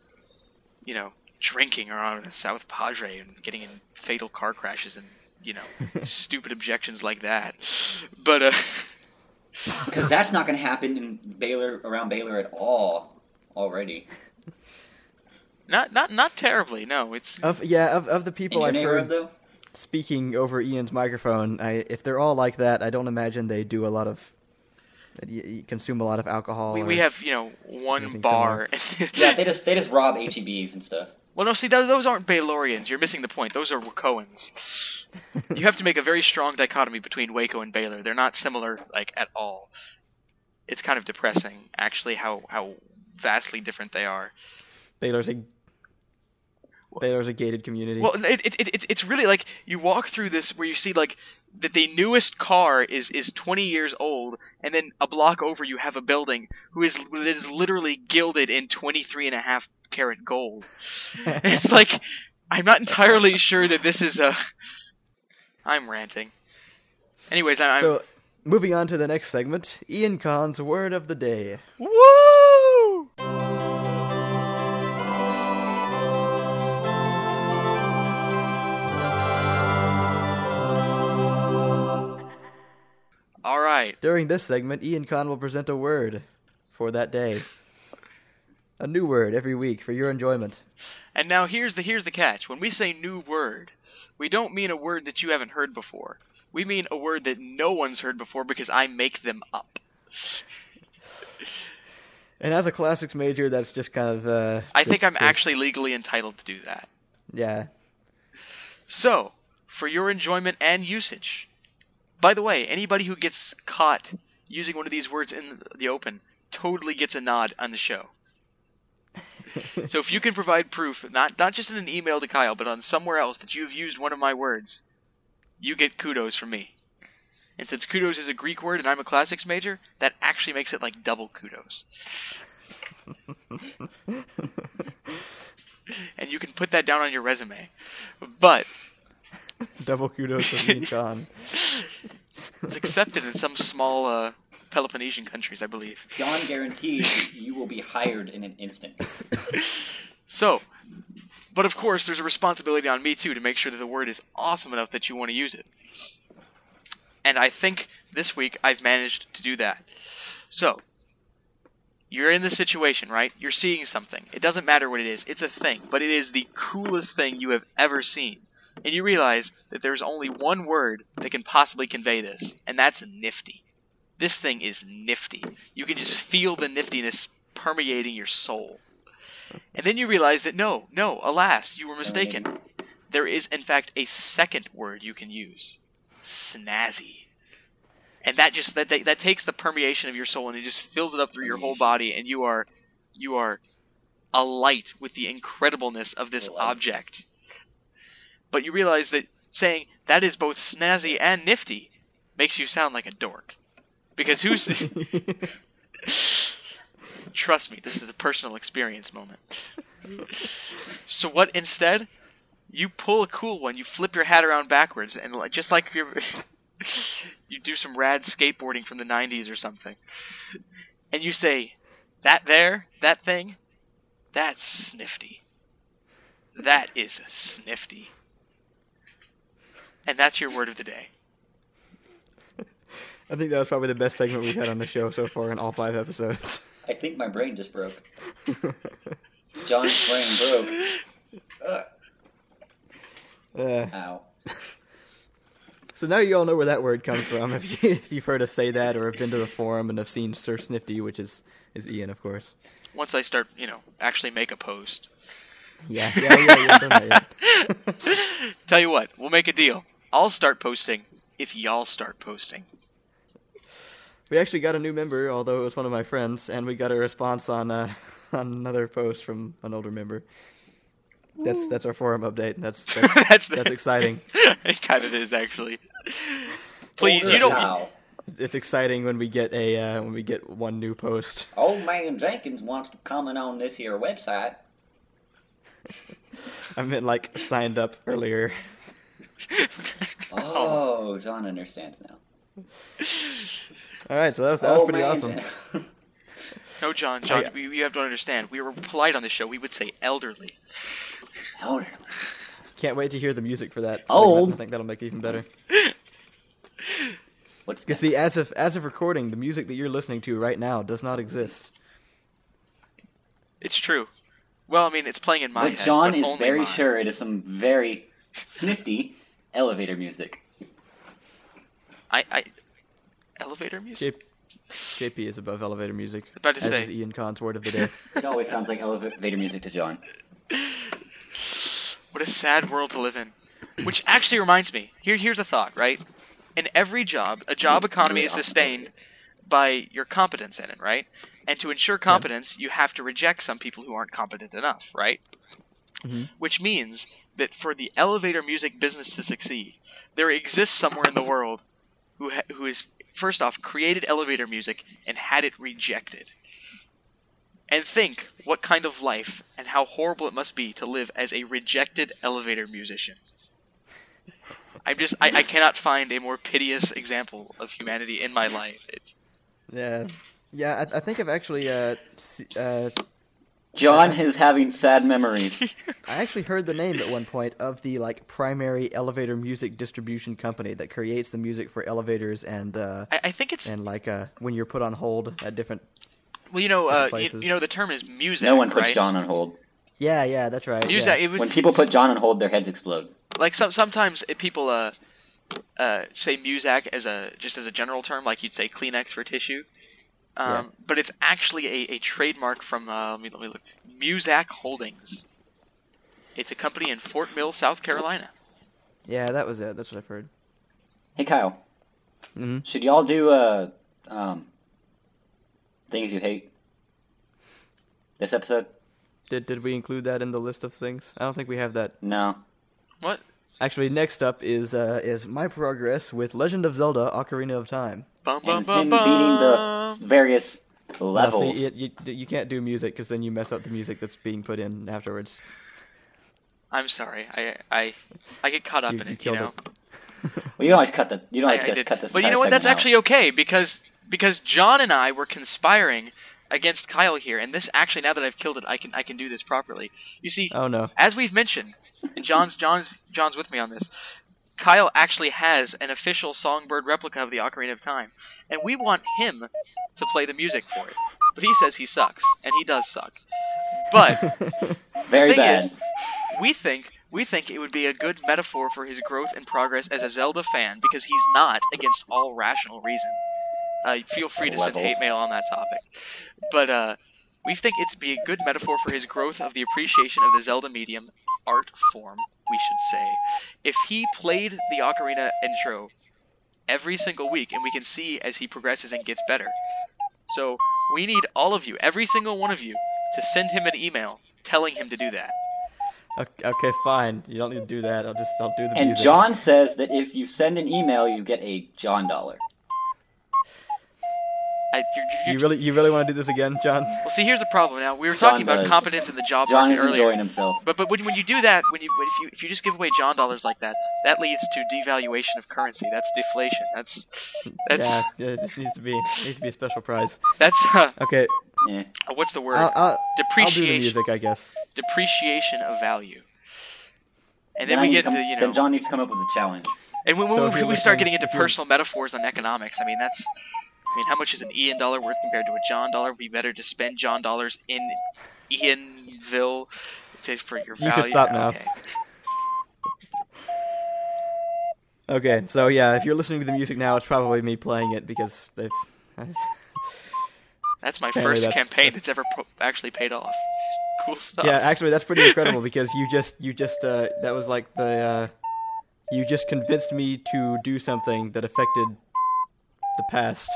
[SPEAKER 3] you know, drinking or on a South Padre and getting in fatal car crashes and you know, stupid objections like that. But uh,
[SPEAKER 2] Because that's not going to happen in Baylor around Baylor at all already.
[SPEAKER 3] not not not terribly. No, it's
[SPEAKER 1] Of yeah, of of the
[SPEAKER 2] In
[SPEAKER 1] people
[SPEAKER 2] your
[SPEAKER 1] Oh, I've
[SPEAKER 2] neighborhood,
[SPEAKER 1] heard
[SPEAKER 2] though,
[SPEAKER 1] speaking over Ian's microphone, I if they're all like that, I don't imagine they do a lot of that y- y- consume a lot of alcohol.
[SPEAKER 3] we,
[SPEAKER 1] or-
[SPEAKER 3] we have you know one
[SPEAKER 1] Oh, Anything
[SPEAKER 3] bar.
[SPEAKER 2] yeah, they just they just rob HEBs and stuff.
[SPEAKER 3] Well, no, see, those, those aren't Baylorians. You're missing the point. Those are Wacoans. you have to make a very strong dichotomy between Waco and Baylor. They're not similar, like, at all. It's kind of depressing, actually, how, how vastly different they are.
[SPEAKER 1] Baylor's a Baylor's a gated community.
[SPEAKER 3] Well, it, it, it, it, it's really like you walk through this where you see, like, that the newest car is, is 20 years old, and then a block over you have a building who is, that is literally gilded in 23 and a half karat gold. it's like I'm not entirely sure that this is a. I'm ranting. Anyways, I- I'm.
[SPEAKER 1] so, moving on to the next segment, Ian Kahn's word of the day.
[SPEAKER 3] Woo! right.
[SPEAKER 1] During this segment, Ian Con will present a word for that day. A new word every week for your enjoyment.
[SPEAKER 3] And now here's the here's the catch. When we say new word, we don't mean a word that you haven't heard before. We mean a word that no one's heard before because I make them up.
[SPEAKER 1] And as a classics major, that's just kind of. Uh,
[SPEAKER 3] I
[SPEAKER 1] just-
[SPEAKER 3] think I'm
[SPEAKER 1] just-
[SPEAKER 3] actually legally entitled to do that.
[SPEAKER 1] Yeah.
[SPEAKER 3] So, for your enjoyment and usage. By the way, anybody who gets caught using one of these words in the open totally gets a nod on the show. so if you can provide proof, not not just in an email to Kyle, but on somewhere else that you've used one of my words, you get kudos from me. And since kudos is a Greek word and I'm a classics major, that actually makes it like double kudos. and you can put that down on your resume. But
[SPEAKER 1] Double kudos for Ian Con.
[SPEAKER 3] It's accepted in some small uh, Peloponnesian countries, I believe.
[SPEAKER 2] John guarantees you will be hired in an instant.
[SPEAKER 3] So, but of course, there's a responsibility on me too to make sure that the word is awesome enough that you want to use it. And I think this week I've managed to do that. So, you're in this situation, right? You're seeing something. It doesn't matter what it is, it's a thing, but it is the coolest thing you have ever seen. And you realize that there's only one word that can possibly convey this, and that's nifty. This thing is nifty. You can just feel the niftiness permeating your soul. And then you realize that no, no, alas, you were mistaken. There is, in fact, a second word you can use snazzy. And that just that, that that takes the permeation of your soul and it just fills it up through your whole body, and you are you are alight with the incredibleness of this
[SPEAKER 2] Alight.
[SPEAKER 3] object. But you realize that saying that is both snazzy and nifty makes you sound like a dork, because who's Trust me, this is a personal experience moment. so what instead? You pull a cool one. You flip your hat around backwards, and like, just like you, you do some rad skateboarding from the '90s or something, and you say, "That there, that thing, that's snifty. That is snifty." And that's your word of the day.
[SPEAKER 1] I think that was probably the best segment we've had on the show so far in all five episodes.
[SPEAKER 2] I think my brain just broke. John's brain broke. Ugh.
[SPEAKER 1] Uh,
[SPEAKER 2] Ow.
[SPEAKER 1] so now you all know where that word comes from. If, you, if you've heard us say that, or have been to the forum and have seen Sir Snifty, which is is Ian, of course.
[SPEAKER 3] Once I start, you know, actually make a post.
[SPEAKER 1] Yeah, yeah, yeah, yeah. done that, yeah.
[SPEAKER 3] Tell you what, we'll make a deal. I'll start posting if y'all start posting.
[SPEAKER 1] we actually got a new member, although it was one of my friends, and we got a response on uh, on another post from an older member. That's that's our forum update. and That's that's, that's,
[SPEAKER 3] That's-
[SPEAKER 1] exciting.
[SPEAKER 3] it kind of is actually. Please, you don't.
[SPEAKER 2] Ow.
[SPEAKER 1] It's exciting when we get a uh, when we get one new post.
[SPEAKER 2] Old man Jenkins wants to comment on this here website.
[SPEAKER 1] I meant like signed up earlier.
[SPEAKER 2] Oh, John understands now.
[SPEAKER 1] All right, so that was, that was
[SPEAKER 3] Oh,
[SPEAKER 2] Old
[SPEAKER 1] pretty
[SPEAKER 2] Oh, man-
[SPEAKER 1] awesome.
[SPEAKER 3] No, John, John,
[SPEAKER 1] I-
[SPEAKER 3] we, you have to understand. We were polite on the show. We would say elderly.
[SPEAKER 2] Elderly.
[SPEAKER 1] Can't wait to hear the music for that. segment.
[SPEAKER 2] Old.
[SPEAKER 1] I think that'll make it even better.
[SPEAKER 2] What's
[SPEAKER 1] Because
[SPEAKER 2] next?
[SPEAKER 1] see, as of as of recording, the music that you're listening to right now does not exist.
[SPEAKER 3] It's true. Well, I mean, it's playing in my
[SPEAKER 2] but
[SPEAKER 3] head.
[SPEAKER 2] John
[SPEAKER 3] but
[SPEAKER 2] is
[SPEAKER 3] only
[SPEAKER 2] very
[SPEAKER 3] mine.
[SPEAKER 2] sure it is some very snifty elevator music.
[SPEAKER 3] I, I, elevator music.
[SPEAKER 1] J- JP is above elevator music.
[SPEAKER 3] About to
[SPEAKER 1] as
[SPEAKER 3] say.
[SPEAKER 1] is Ian Khan's word of the day.
[SPEAKER 2] It always sounds like elevator music to John.
[SPEAKER 3] What a sad world to live in. Which actually reminds me. Here, here's a thought. Right, in every job, a job economy is
[SPEAKER 2] Mm-hmm. Awesome.
[SPEAKER 3] sustained by your competence in it. Right, and to ensure competence, you have to reject some people who aren't competent enough. Right. Which means that for the elevator music business to succeed, there exists somewhere in the world who ha- who is first off created elevator music and had it rejected. And think what kind of life and how horrible it must be to live as a rejected elevator musician. I'm just I, I cannot find a more piteous example of humanity in my life. It,
[SPEAKER 1] Yeah, yeah. I, I think I've actually uh, se- uh,
[SPEAKER 2] John is having sad memories.
[SPEAKER 1] I actually heard the name at one point of the like primary elevator music distribution company that creates the music for elevators and uh,
[SPEAKER 3] I, I think it's
[SPEAKER 1] and like uh, when you're put on hold at different.
[SPEAKER 3] well, you know, uh, you,
[SPEAKER 1] places.
[SPEAKER 3] you know, the term is music.
[SPEAKER 2] No one puts
[SPEAKER 3] right?
[SPEAKER 2] John on hold.
[SPEAKER 1] Yeah, yeah, that's right.
[SPEAKER 3] Music.
[SPEAKER 1] yeah.
[SPEAKER 3] It was
[SPEAKER 2] When people put John on hold, their heads explode.
[SPEAKER 3] like some sometimes it, people uh uh say Muzak as a just as a general term, like you'd say Kleenex for tissue. Um, But it's actually a, a trademark from uh, let me let me look Muzak Holdings. It's a company in Fort Mill, South Carolina.
[SPEAKER 1] Yeah, that was it. That's what I've heard.
[SPEAKER 2] Hey Kyle,
[SPEAKER 1] hmm
[SPEAKER 2] should y'all do uh um things you hate this episode?
[SPEAKER 1] Did did we include that in the list of things? I don't think we have that.
[SPEAKER 2] No.
[SPEAKER 3] What?
[SPEAKER 1] Actually, next up is uh, is my progress with Legend of Zelda: Ocarina of Time.
[SPEAKER 3] Bum bum
[SPEAKER 2] And
[SPEAKER 3] bum
[SPEAKER 2] him beating the
[SPEAKER 3] bum.
[SPEAKER 2] s- various
[SPEAKER 1] Now, see,
[SPEAKER 2] levels.
[SPEAKER 1] it- you, you can't do music because then you mess up the music that's being put in afterwards.
[SPEAKER 3] I'm sorry, I I I get caught up
[SPEAKER 1] You-
[SPEAKER 3] in
[SPEAKER 1] you
[SPEAKER 3] it.
[SPEAKER 1] killed
[SPEAKER 3] know.
[SPEAKER 2] Well, you always cut the you
[SPEAKER 3] I,
[SPEAKER 2] always
[SPEAKER 3] I
[SPEAKER 2] just
[SPEAKER 3] did.
[SPEAKER 2] cut this.
[SPEAKER 3] But you
[SPEAKER 2] entire
[SPEAKER 3] know what? That's
[SPEAKER 2] segment out.
[SPEAKER 3] actually okay because because John and I were conspiring against Kyle here, and this actually now that I've killed it, I can I can do this properly. You see,
[SPEAKER 1] Oh no.
[SPEAKER 3] as we've mentioned, and John's John's John's with me on this. Kyle actually has an official Songbird replica of the Ocarina of Time, and we want him to play the music for it. But he says he sucks, and he does suck. But
[SPEAKER 2] very
[SPEAKER 3] thing
[SPEAKER 2] bad.
[SPEAKER 3] is- we think we think it would be a good metaphor for his growth and progress as a Zelda fan because he's not against all rational reason. Uh, feel free to send
[SPEAKER 2] Levels.
[SPEAKER 3] hate mail on that topic, but uh, we think it'd be a good metaphor for his growth of the appreciation of the Zelda medium art form. We should say, if he played the ocarina intro every single week, and we can see as he progresses and gets better. So we need all of you, every single one of you, to send him an email telling him to do that.
[SPEAKER 1] Okay, okay, fine. You don't need to do that. I'll just I'll do the
[SPEAKER 2] And
[SPEAKER 1] music.
[SPEAKER 2] John says that if you send an email, you get a John dollar.
[SPEAKER 3] I, you're, you're,
[SPEAKER 1] You really you really want to do this again, John?
[SPEAKER 3] well, see, here's the problem. Now we were
[SPEAKER 2] John
[SPEAKER 3] talking about
[SPEAKER 2] does.
[SPEAKER 3] competence in the job
[SPEAKER 2] John
[SPEAKER 3] market
[SPEAKER 2] is
[SPEAKER 3] earlier,
[SPEAKER 2] enjoying himself.
[SPEAKER 3] but but when, when you do that, when you when, if you if you just give away John dollars like that, that leads to devaluation of currency. That's deflation. That's that's
[SPEAKER 1] Yeah, yeah, it just needs to be needs to be a special prize.
[SPEAKER 3] that's uh,
[SPEAKER 1] Okay,
[SPEAKER 2] Yeah.
[SPEAKER 3] what's the word?
[SPEAKER 1] I'll, I'll, I'll do the
[SPEAKER 3] depreciation.
[SPEAKER 1] music, I guess.
[SPEAKER 3] Depreciation of value. And
[SPEAKER 2] Then,
[SPEAKER 3] then
[SPEAKER 2] I
[SPEAKER 3] we
[SPEAKER 2] need
[SPEAKER 3] get
[SPEAKER 2] to come-
[SPEAKER 3] to you know,
[SPEAKER 2] then John needs to come up with a challenge.
[SPEAKER 3] and when, when
[SPEAKER 1] So if
[SPEAKER 3] we,
[SPEAKER 1] you're
[SPEAKER 3] we start
[SPEAKER 1] listening-
[SPEAKER 3] getting into
[SPEAKER 1] if you're-
[SPEAKER 3] personal metaphors on economics, I mean that's. I mean, how much is an Ian dollar worth compared to a John dollar? It'd be better to spend John dollars in Ianville to, for your
[SPEAKER 1] You
[SPEAKER 3] value.
[SPEAKER 1] should stop now.
[SPEAKER 3] Okay.
[SPEAKER 1] Okay, so yeah, if you're listening to the music now, it's probably me playing it because they've.
[SPEAKER 3] That's my
[SPEAKER 1] Apparently
[SPEAKER 3] first
[SPEAKER 1] that's-
[SPEAKER 3] campaign
[SPEAKER 1] that's-
[SPEAKER 3] that's, ever pro- actually paid off. Cool stuff.
[SPEAKER 1] yeah, actually, that's pretty incredible because you just you just uh, that was like the uh, you just convinced me to do something that affected the past.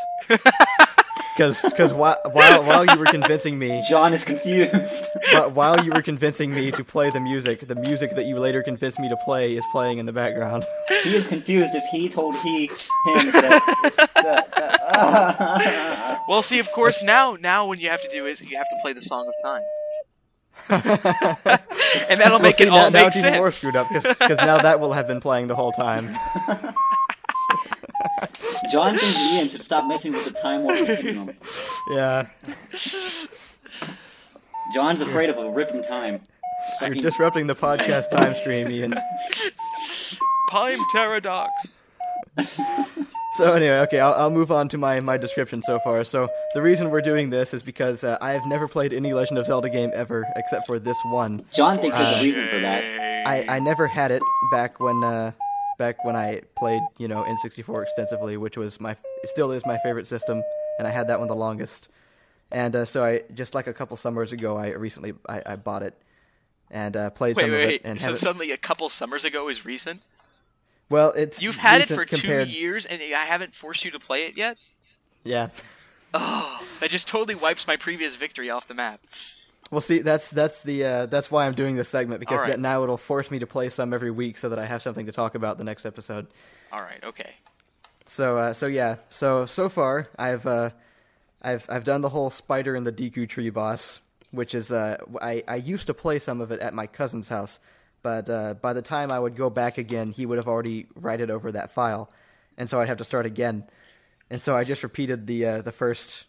[SPEAKER 1] Because while, while while you were convincing me,
[SPEAKER 2] John is confused.
[SPEAKER 1] But while you were convincing me to play the music, the music that you later convinced me to play is playing in the background.
[SPEAKER 2] he is confused if he told he him that it's the, uh,
[SPEAKER 3] Well, see, of course, now now what you have to do is you have to play the Song of Time, and
[SPEAKER 1] Well,
[SPEAKER 3] that'll make
[SPEAKER 1] see,
[SPEAKER 3] it
[SPEAKER 1] now,
[SPEAKER 3] all
[SPEAKER 1] now
[SPEAKER 3] make
[SPEAKER 1] it's even more
[SPEAKER 3] sense.
[SPEAKER 1] screwed up because now that will have been playing the whole time.
[SPEAKER 2] John thinks Ian should stop messing with the time warp continuum.
[SPEAKER 1] Yeah,
[SPEAKER 2] John's afraid of a rip in time.
[SPEAKER 1] you're
[SPEAKER 2] Sucking-
[SPEAKER 1] disrupting the podcast time stream, Ian.
[SPEAKER 3] Pime Pterodox.
[SPEAKER 1] So anyway, okay, I'll, I'll move on to my, my description so far. So the reason we're doing this is because uh, I have never played any Legend of Zelda game ever except for this one.
[SPEAKER 2] John thinks there's a reason for that.
[SPEAKER 1] I, I never had it back when uh, back when I played you know N64 extensively, which was my it still is my favorite system, and I had that one the longest. And uh, so I just like a couple summers ago, I recently I, I bought it and uh, played
[SPEAKER 3] Wait,
[SPEAKER 1] some
[SPEAKER 3] wait,
[SPEAKER 1] of
[SPEAKER 3] wait.
[SPEAKER 1] it and
[SPEAKER 3] so
[SPEAKER 1] have it.
[SPEAKER 3] suddenly, a couple summers ago is recent.
[SPEAKER 1] Well, it's
[SPEAKER 3] You've had it
[SPEAKER 1] recent
[SPEAKER 3] for
[SPEAKER 1] compared,
[SPEAKER 3] two years, and I haven't forced you to play it yet.
[SPEAKER 1] Yeah.
[SPEAKER 3] Oh, that just totally wipes my previous victory off the map.
[SPEAKER 1] Well, see, that's that's the uh, that's why I'm doing this segment because
[SPEAKER 3] Alright.
[SPEAKER 1] that now it'll force me to play some every week so that I have something to talk about the next episode.
[SPEAKER 3] All right, okay.
[SPEAKER 1] So uh, so yeah. So so far I've uh, I've I've done the whole spider in the Deku tree boss, which is uh, I I used to play some of it at my cousin's house, but uh, by the time I would go back again, he would have already righted over that file, and so I'd have to start again. And so I just repeated the uh, the first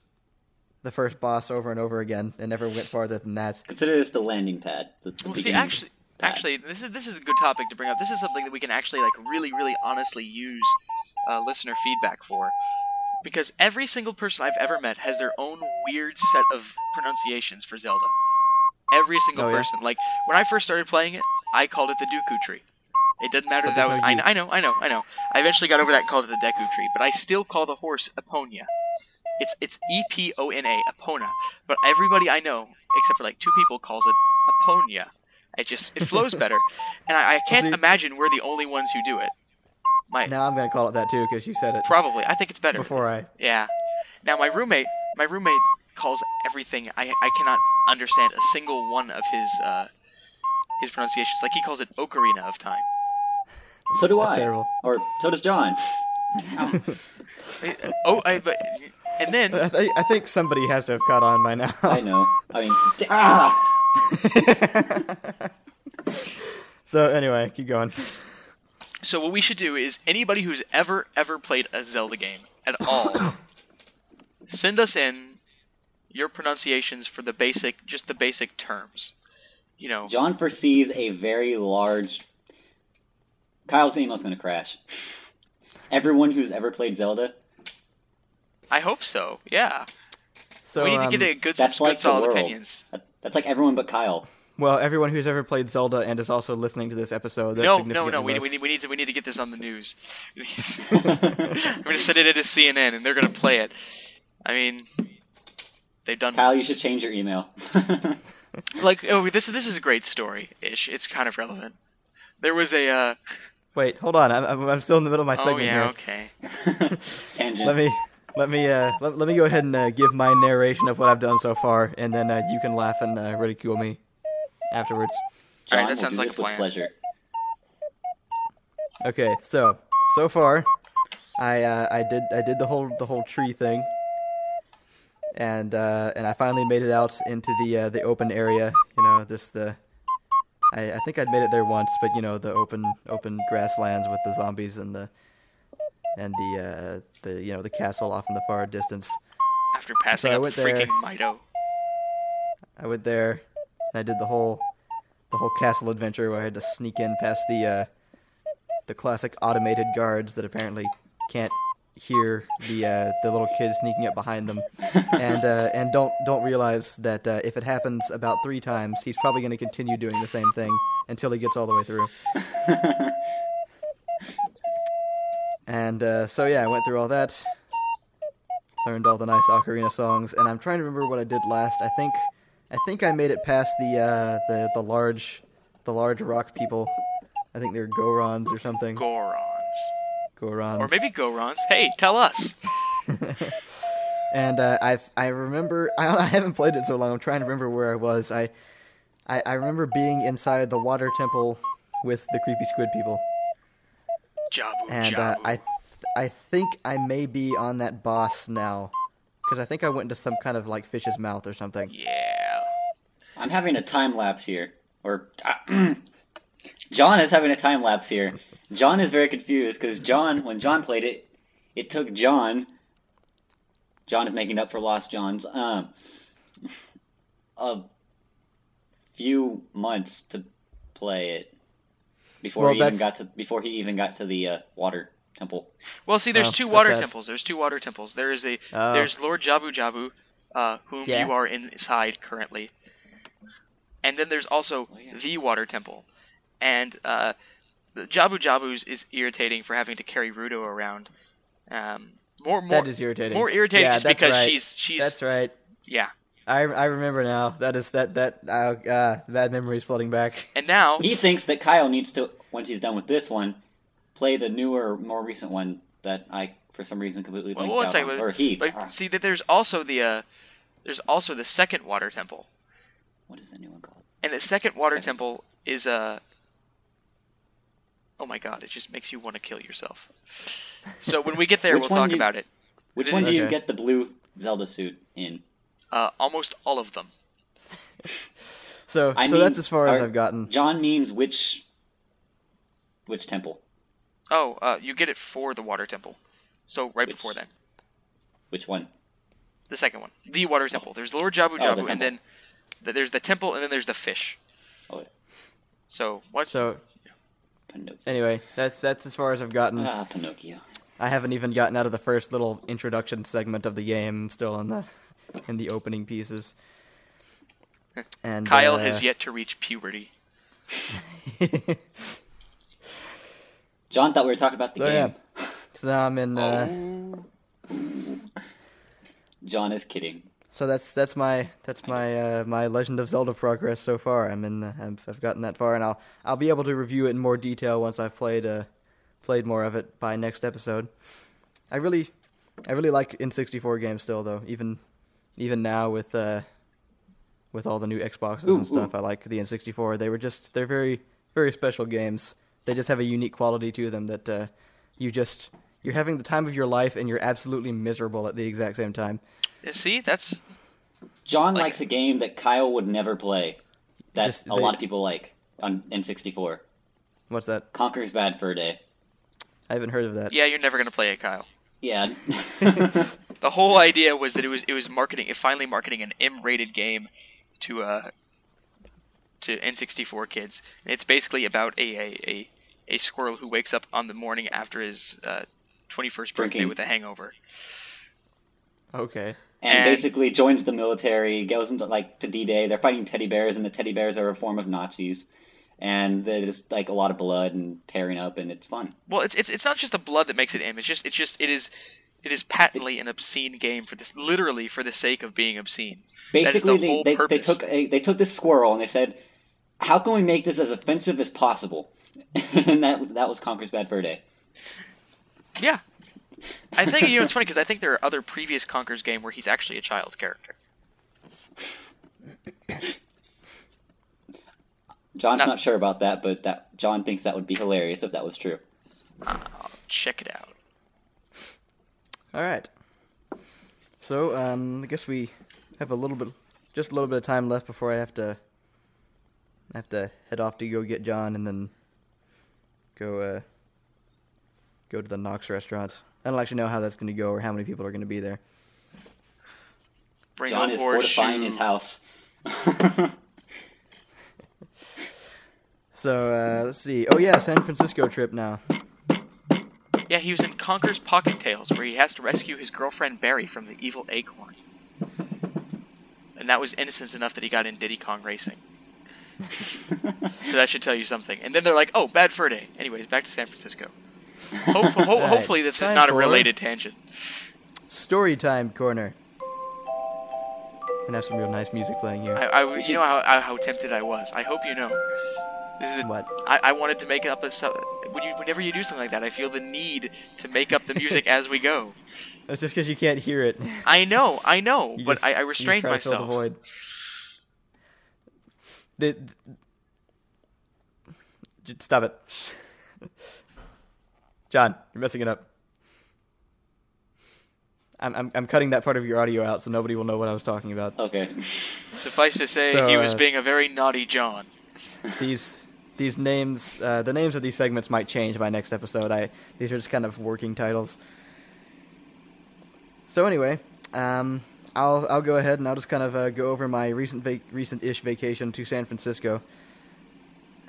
[SPEAKER 1] the first boss over and over again and never went farther than that.
[SPEAKER 2] Consider this the landing pad. The, the
[SPEAKER 3] Well, see,
[SPEAKER 2] beginning
[SPEAKER 3] actually,
[SPEAKER 2] pad.
[SPEAKER 3] actually, this is this is a good topic to bring up. This is something that we can actually like really, really honestly use uh, listener feedback for, because every single person I've ever met has their own weird set of pronunciations for Zelda. Every single
[SPEAKER 1] Oh, yeah?
[SPEAKER 3] person. Like when I first started playing it, I called it the Dooku tree. It doesn't matter
[SPEAKER 1] But
[SPEAKER 3] if that was
[SPEAKER 1] there's
[SPEAKER 3] I,
[SPEAKER 1] no
[SPEAKER 3] I know, I know, I know. I eventually got over that and called it the Deku tree, but I still call the horse Eponia. It's it's E P O N A Epona. But everybody I know, except for like two people, calls it Eponia. It just it flows better, and I, I can't
[SPEAKER 1] see-
[SPEAKER 3] imagine we're the only ones who do it. My
[SPEAKER 1] Now I'm gonna call it that too because you said it
[SPEAKER 3] probably, I think it's better.
[SPEAKER 1] before I.
[SPEAKER 3] Yeah. Now my roommate, my roommate calls everything. I I cannot understand a single one of his uh his pronunciations. Like he calls it Ocarina of Time.
[SPEAKER 2] So do
[SPEAKER 1] That's
[SPEAKER 2] I.
[SPEAKER 1] terrible.
[SPEAKER 2] Or so does John.
[SPEAKER 3] I- oh, I but and then
[SPEAKER 1] I, th- I think somebody has to have caught on by now.
[SPEAKER 2] I know. I mean, d- ah!
[SPEAKER 1] so anyway, keep going.
[SPEAKER 3] So what we should do is anybody who's ever ever played a Zelda game at all, send us in your pronunciations for the basic, just the basic terms. You know,
[SPEAKER 2] John foresees a very large. Kyle's email's gonna crash. Everyone who's ever played Zelda,
[SPEAKER 3] I hope so. Yeah,
[SPEAKER 1] So
[SPEAKER 3] we need to
[SPEAKER 1] um,
[SPEAKER 3] get a good,
[SPEAKER 2] that's
[SPEAKER 3] good
[SPEAKER 2] like the
[SPEAKER 3] solid
[SPEAKER 2] world.
[SPEAKER 3] opinions.
[SPEAKER 2] that- that's like everyone but Kyle.
[SPEAKER 1] well, everyone who's ever played Zelda and is also listening to this episode. That's
[SPEAKER 3] No, no,
[SPEAKER 1] significantly
[SPEAKER 3] no. We,
[SPEAKER 1] less.
[SPEAKER 3] we, need, we need to we need to get this on the news. I'm gonna send it into CNN and they're gonna play it. I mean, they've done.
[SPEAKER 2] Kyle, you
[SPEAKER 3] worse.
[SPEAKER 2] should change your email.
[SPEAKER 3] like. Oh, this this is a great story. Ish. It's kind of relevant. There was a. Uh,
[SPEAKER 1] Wait, hold on. I'm- I'm, I'm still in the middle of my
[SPEAKER 3] oh
[SPEAKER 1] segment here.
[SPEAKER 3] yeah. Okay.
[SPEAKER 2] Tangent.
[SPEAKER 1] Let me let me uh, let, let me go ahead and uh, give my narration of what I've done so far, and then uh, you can laugh and uh, ridicule me afterwards.
[SPEAKER 2] John
[SPEAKER 3] Alright, that
[SPEAKER 2] will
[SPEAKER 3] sounds
[SPEAKER 2] do
[SPEAKER 3] like
[SPEAKER 2] this
[SPEAKER 3] a
[SPEAKER 2] with
[SPEAKER 3] plan.
[SPEAKER 2] pleasure.
[SPEAKER 1] Okay, so so far, I uh, I did I did the whole the whole tree thing, and uh, and I finally made it out into the uh, the open area. You know, this the I, I think I'd made it there once, but you know the open open grasslands with the zombies and the and the uh, the you know the castle off in the far distance.
[SPEAKER 3] after passing
[SPEAKER 1] So I
[SPEAKER 3] out
[SPEAKER 1] went
[SPEAKER 3] the
[SPEAKER 1] there.
[SPEAKER 3] freaking Mido.
[SPEAKER 1] I went there, and I did the whole, the whole castle adventure where I had to sneak in past the, uh, the classic automated guards that apparently can't hear the uh, the little kids sneaking up behind them, and uh, and don't don't realize that uh, if it happens about three times, he's probably going to continue doing the same thing until he gets all the way through. and uh, so yeah, I went through all that. Learned all the nice ocarina songs, and I'm trying to remember what I did last. I think, I think I made it past the uh, the the large, the large rock people. I think they're Gorons or something.
[SPEAKER 3] Gorons.
[SPEAKER 1] Gorons.
[SPEAKER 3] Or maybe Gorons. Hey, tell us.
[SPEAKER 1] And uh, I I remember I, I haven't played it so long. I'm trying to remember where I was. I, I I remember being inside the water temple with the creepy squid people,
[SPEAKER 3] Jabu,
[SPEAKER 1] and
[SPEAKER 3] Jabu.
[SPEAKER 1] uh, I th- I think I may be on that boss now, because I think I went into some kind of like fish's mouth or something.
[SPEAKER 3] Yeah.
[SPEAKER 2] I'm having a time lapse here. Or ah, John is having a time lapse here. John is very confused because John, when John played it, it took John. John is making up for lost John's. Um, a few months to play it before
[SPEAKER 1] Well,
[SPEAKER 2] he even
[SPEAKER 1] that's-
[SPEAKER 2] got to before he even got to the uh, water temple.
[SPEAKER 3] Well, see, there's
[SPEAKER 1] Oh,
[SPEAKER 3] two
[SPEAKER 1] that's
[SPEAKER 3] water
[SPEAKER 1] sad.
[SPEAKER 3] temples. There's two water temples. There is a.
[SPEAKER 1] Oh.
[SPEAKER 3] There's Lord Jabu Jabu, uh, whom
[SPEAKER 1] Yeah.
[SPEAKER 3] you are inside currently. And then there's also
[SPEAKER 2] yeah.
[SPEAKER 3] the water temple, and uh, the Jabu Jabu's is irritating for having to carry Rudo around. Um, more more
[SPEAKER 1] That is irritating.
[SPEAKER 3] more irritating
[SPEAKER 1] Yeah,
[SPEAKER 3] is
[SPEAKER 1] that's
[SPEAKER 3] because
[SPEAKER 1] right.
[SPEAKER 3] she's she's
[SPEAKER 1] That's right.
[SPEAKER 3] yeah.
[SPEAKER 1] I, I remember now. That is that that uh, uh, bad memories flooding back.
[SPEAKER 3] And now
[SPEAKER 2] He thinks that Kyle needs to, once he's done with this one, play the newer, more recent one that I, for some reason, completely
[SPEAKER 3] Well,
[SPEAKER 2] blanked
[SPEAKER 3] one
[SPEAKER 2] out
[SPEAKER 3] second,
[SPEAKER 2] on.
[SPEAKER 3] but-
[SPEAKER 2] Or he.
[SPEAKER 3] But
[SPEAKER 2] Ah,
[SPEAKER 3] see that there's also the uh, there's also the second water temple,
[SPEAKER 2] what is the new one called?
[SPEAKER 3] and the second water
[SPEAKER 2] Second.
[SPEAKER 3] temple is Uh, oh my god! It just makes you want to kill yourself. So when we get there,
[SPEAKER 2] Which
[SPEAKER 3] we'll
[SPEAKER 2] one
[SPEAKER 3] talk
[SPEAKER 2] do you-
[SPEAKER 3] about it.
[SPEAKER 2] Which
[SPEAKER 3] It
[SPEAKER 2] one do you
[SPEAKER 1] Okay.
[SPEAKER 2] get the blue Zelda suit in?
[SPEAKER 3] Uh, almost all of them.
[SPEAKER 1] So
[SPEAKER 2] I
[SPEAKER 1] so
[SPEAKER 2] mean,
[SPEAKER 1] that's as far as
[SPEAKER 2] are-
[SPEAKER 1] I've gotten.
[SPEAKER 2] John means which, which temple?
[SPEAKER 3] Oh, uh, you get it for the water temple, so right
[SPEAKER 2] Which-
[SPEAKER 3] before then.
[SPEAKER 2] Which one?
[SPEAKER 3] the second one, the water temple. There's Lord Jabu
[SPEAKER 2] Oh. the
[SPEAKER 3] Jabu, and
[SPEAKER 2] temple.
[SPEAKER 3] then th- there's the temple, and then there's the fish.
[SPEAKER 2] Oh, yeah.
[SPEAKER 3] So what's
[SPEAKER 1] So
[SPEAKER 2] Pinocchio.
[SPEAKER 1] anyway, that's that's as far as I've gotten.
[SPEAKER 3] Uh.
[SPEAKER 2] Ah, Pinocchio.
[SPEAKER 1] I haven't even gotten out of the first little introduction segment of the game. I'm still in the in the opening pieces. And
[SPEAKER 3] Kyle
[SPEAKER 1] uh,
[SPEAKER 3] has yet to reach puberty.
[SPEAKER 2] John thought we were talking about the
[SPEAKER 1] So, yeah.
[SPEAKER 2] game.
[SPEAKER 1] so now I'm in.
[SPEAKER 3] Oh.
[SPEAKER 1] Uh,
[SPEAKER 2] Oh. John is kidding.
[SPEAKER 1] So that's that's my that's my uh, my Legend of Zelda progress so far. I'm in. I've, I've gotten that far, and I'll I'll be able to review it in more detail once I've played uh, played more of it by next episode. I really I really like in 64 games still though. Even even now with uh, with all the new Xboxes
[SPEAKER 2] Ooh,
[SPEAKER 1] and stuff, I like the N64. They were just they're very very special games. They just have a unique quality to them that uh, you just you're having the time of your life and you're absolutely miserable at the exact same time.
[SPEAKER 3] Yeah, See, that's
[SPEAKER 2] John
[SPEAKER 3] Like-
[SPEAKER 2] likes a game that Kyle would never play. That
[SPEAKER 1] Just-
[SPEAKER 2] a
[SPEAKER 1] they-
[SPEAKER 2] lot of people like on N64.
[SPEAKER 1] What's that?
[SPEAKER 2] Conker's Bad Fur Day.
[SPEAKER 1] I haven't heard of that.
[SPEAKER 3] yeah. You're never gonna play it, Kyle.
[SPEAKER 2] Yeah.
[SPEAKER 3] The whole idea was that it was it was marketing, it finally marketing an M-rated game to uh to N64 kids. And it's basically about a a, a a squirrel who wakes up on the morning after his uh, 21st birthday
[SPEAKER 2] Drinking.
[SPEAKER 3] with a hangover.
[SPEAKER 1] Okay.
[SPEAKER 2] and
[SPEAKER 3] And-
[SPEAKER 2] basically joins the military, goes into like to D-Day. They're fighting teddy bears, and the teddy bears are a form of Nazis, and there's like a lot of blood and tearing up, and it's fun.
[SPEAKER 3] Well, it's it's it's not just the blood that makes it M. It's just it's just it is it is patently an obscene game for this literally for the sake of being obscene. That is the
[SPEAKER 2] Basically, they,
[SPEAKER 3] whole
[SPEAKER 2] they, they
[SPEAKER 3] purpose.
[SPEAKER 2] took a, they took this squirrel and they said, "How can we make this as offensive as possible?" and that that was Conker's Bad Fur Day.
[SPEAKER 3] Yeah. I think you know it's funny because I think there are other previous Conker's game where he's actually a child's character.
[SPEAKER 2] John's
[SPEAKER 3] No.
[SPEAKER 2] not sure about that, but that John thinks that would be hilarious if that was true.
[SPEAKER 3] Check it out.
[SPEAKER 1] All right. So, um, I guess we have a little bit, just a little bit of time left before I have to, I have to head off to go get John and then go, uh, go to the Knox restaurant. I don't actually know how that's going to go or how many people are going to be there.
[SPEAKER 3] Bring
[SPEAKER 2] John
[SPEAKER 3] a
[SPEAKER 2] is
[SPEAKER 3] horseshoe.
[SPEAKER 2] fortifying his house.
[SPEAKER 1] So, uh, let's see. Oh yeah, San Francisco trip now.
[SPEAKER 3] Yeah, he was in Conker's Pocket Tales, where he has to rescue his girlfriend Barry from the evil acorn. And that was innocence enough that he got in Diddy Kong Racing. so that should tell you something. And then they're like, oh, bad fur day. Anyways, back to San Francisco. Hope, ho-
[SPEAKER 1] Right,
[SPEAKER 3] Hopefully, this is
[SPEAKER 1] time
[SPEAKER 3] not a
[SPEAKER 1] for-
[SPEAKER 3] related tangent.
[SPEAKER 1] Story time corner. And have some real nice music playing
[SPEAKER 3] I,
[SPEAKER 1] here.
[SPEAKER 3] I w- you know how, how- how tempted I was. I hope you know. This is a-
[SPEAKER 1] What?
[SPEAKER 3] I, I wanted to make up a. So, when you, whenever you do something like that, I feel the need to make up the music as we go.
[SPEAKER 1] That's just because you can't hear it.
[SPEAKER 3] I know, I know,
[SPEAKER 1] You
[SPEAKER 3] but
[SPEAKER 1] just-
[SPEAKER 3] I, I
[SPEAKER 1] you just
[SPEAKER 3] restrained
[SPEAKER 1] try to
[SPEAKER 3] myself.
[SPEAKER 1] Fill the void. The, j- stop it, John. You're messing it up. I'm, I'm I'm cutting that part of your audio out so nobody will know what I was talking about.
[SPEAKER 2] okay.
[SPEAKER 3] Suffice to say,
[SPEAKER 1] So,
[SPEAKER 3] he was
[SPEAKER 1] uh,
[SPEAKER 3] being a very naughty John.
[SPEAKER 1] These these names, uh, the names of these segments might change by next episode. I these are just kind of working titles. So anyway, um, I'll I'll go ahead and I'll just kind of uh, go over my recent vac- recent ish vacation to San Francisco,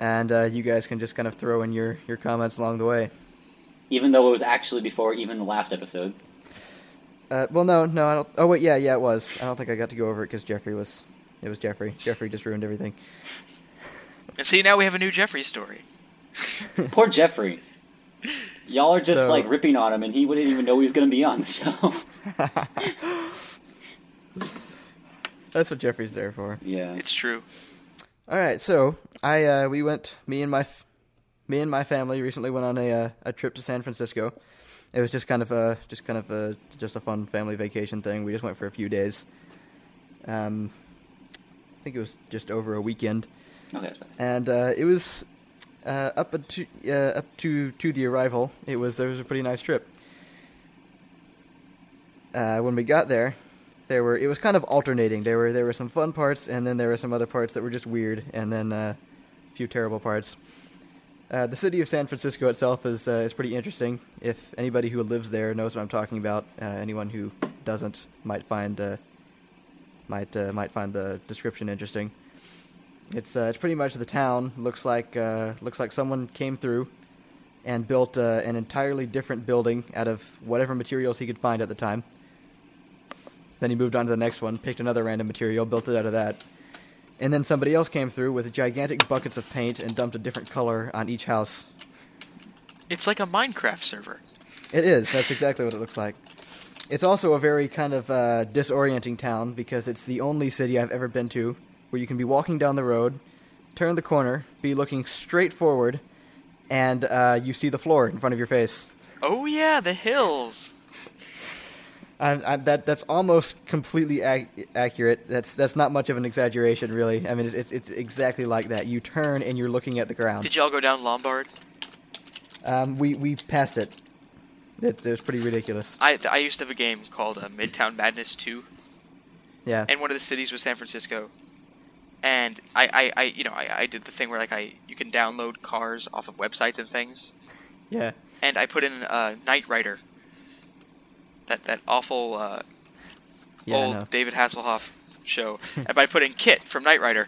[SPEAKER 1] and uh, you guys can just kind of throw in your your comments along the way.
[SPEAKER 2] Even though it was actually before even the last episode.
[SPEAKER 1] Uh, well, no, no, I don't. Oh wait, yeah, yeah, it was. I don't think I got to go over it because Jeffrey was. It was Jeffrey. Jeffrey just ruined everything.
[SPEAKER 3] And see, now we have a new Jeffrey story.
[SPEAKER 2] Poor Jeffrey. Y'all are just
[SPEAKER 1] So-
[SPEAKER 2] like ripping on him, and he wouldn't even know he was going to be on the show.
[SPEAKER 1] That's what Jeffrey's there for.
[SPEAKER 2] yeah.
[SPEAKER 3] It's true.
[SPEAKER 1] All right, so I uh, we went me and my f- me and my family recently went on a uh, a trip to San Francisco. It was just kind of a just kind of a just a fun family vacation thing. We just went for a few days. Um, I think it was just over a weekend,
[SPEAKER 2] Okay, that's better.
[SPEAKER 1] and uh, it was uh, up to uh, up to to the arrival. It was it was a pretty nice trip. Uh, when we got there, there were it was kind of alternating. There were there were some fun parts, and then there were some other parts that were just weird, and then uh, a few terrible parts. Uh, the city of San Francisco itself is uh, is pretty interesting. If anybody who lives there knows what I'm talking about, uh, anyone who doesn't might find uh, might uh, might find the description interesting. It's uh, it's pretty much the town looks like uh, looks like someone came through and built uh, an entirely different building out of whatever materials he could find at the time. Then he moved on to the next one, picked another random material, built it out of that. And then somebody else came through with gigantic buckets of paint and dumped a different color on each house.
[SPEAKER 3] It's like a Minecraft server.
[SPEAKER 1] It is. That's exactly what it looks like. It's also a very kind of uh, disorienting town because it's the only city I've ever been to where you can be walking down the road, turn the corner, be looking straight forward, and uh, you see the floor in front of your face.
[SPEAKER 3] Oh yeah, the hills.
[SPEAKER 1] I, I, that that's almost completely ac- accurate. That's that's not much of an exaggeration, really. I mean, it's, it's it's exactly like that. You turn and you're looking at the ground.
[SPEAKER 3] Did y'all go down Lombard?
[SPEAKER 1] Um, we we passed it. It's it's pretty ridiculous.
[SPEAKER 3] I I used to have a game called uh, Midtown Madness Two,
[SPEAKER 1] Yeah.
[SPEAKER 3] and one of the cities was San Francisco. And I, I, I you know, I, I did the thing where like I you can download cars off of websites and things.
[SPEAKER 1] Yeah.
[SPEAKER 3] and I put in uh, Knight Rider. That that awful uh,
[SPEAKER 1] Yeah. I know.
[SPEAKER 3] old David Hasselhoff show, and I put in Kit from Knight Rider,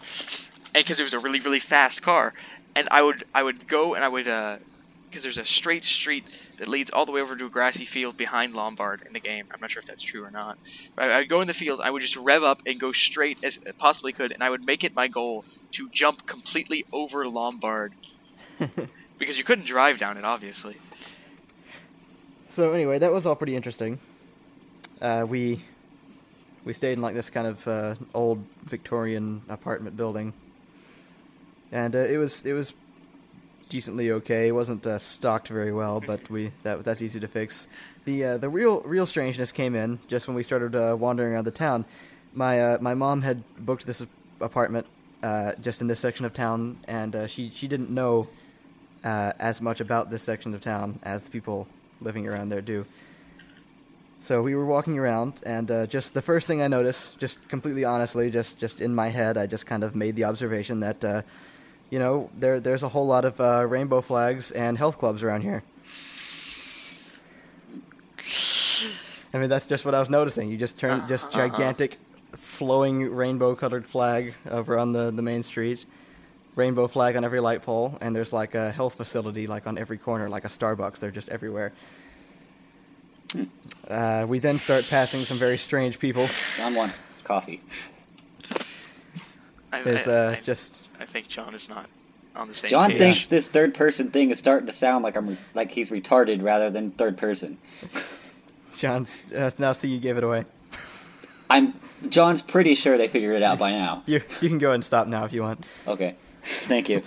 [SPEAKER 3] and because it was a really really fast car, and I would I would go and I would because there's a straight street that leads all the way over to a grassy field behind Lombard in the game. I'm not sure if that's true or not. But I, I'd go in the field, I would just rev up and go straight as uh, possibly could, and I would make it my goal to jump completely over Lombard because you couldn't drive down it obviously.
[SPEAKER 1] So anyway, that was all pretty interesting. Uh, we we stayed in like this kind of uh, old Victorian apartment building, and uh, it was it was decently okay. It wasn't uh, stocked very well, but we that that's easy to fix. The uh, the real real strangeness came in just when we started uh, wandering around the town. My uh, my mom had booked this apartment uh, just in this section of town, and uh, she she didn't know uh, as much about this section of town as the people living around there do. So we were walking around, and uh, just the first thing I noticed, just completely honestly, just just in my head, I just kind of made the observation that, uh, you know, there there's a whole lot of uh, rainbow flags and health clubs around here. I mean, that's just what I was noticing. You just turn just gigantic, flowing rainbow-colored flag over on the the main street, rainbow flag on every light pole, and there's like a health facility like on every corner, like a Starbucks. They're just everywhere.
[SPEAKER 2] Hmm.
[SPEAKER 1] Uh, we then start passing some very strange people.
[SPEAKER 2] John wants coffee.
[SPEAKER 3] I,
[SPEAKER 1] There's
[SPEAKER 3] I-
[SPEAKER 1] uh,
[SPEAKER 3] I-
[SPEAKER 1] just
[SPEAKER 3] I think John is not on the same.
[SPEAKER 2] John
[SPEAKER 3] page.
[SPEAKER 2] thinks this third person thing is starting to sound like I'm re- like he's retarded rather than third person.
[SPEAKER 1] John's uh, now. See, you gave it away.
[SPEAKER 2] I'm John's pretty sure they figured it out by now.
[SPEAKER 1] You you can go ahead and stop now if you want.
[SPEAKER 2] Okay, thank you.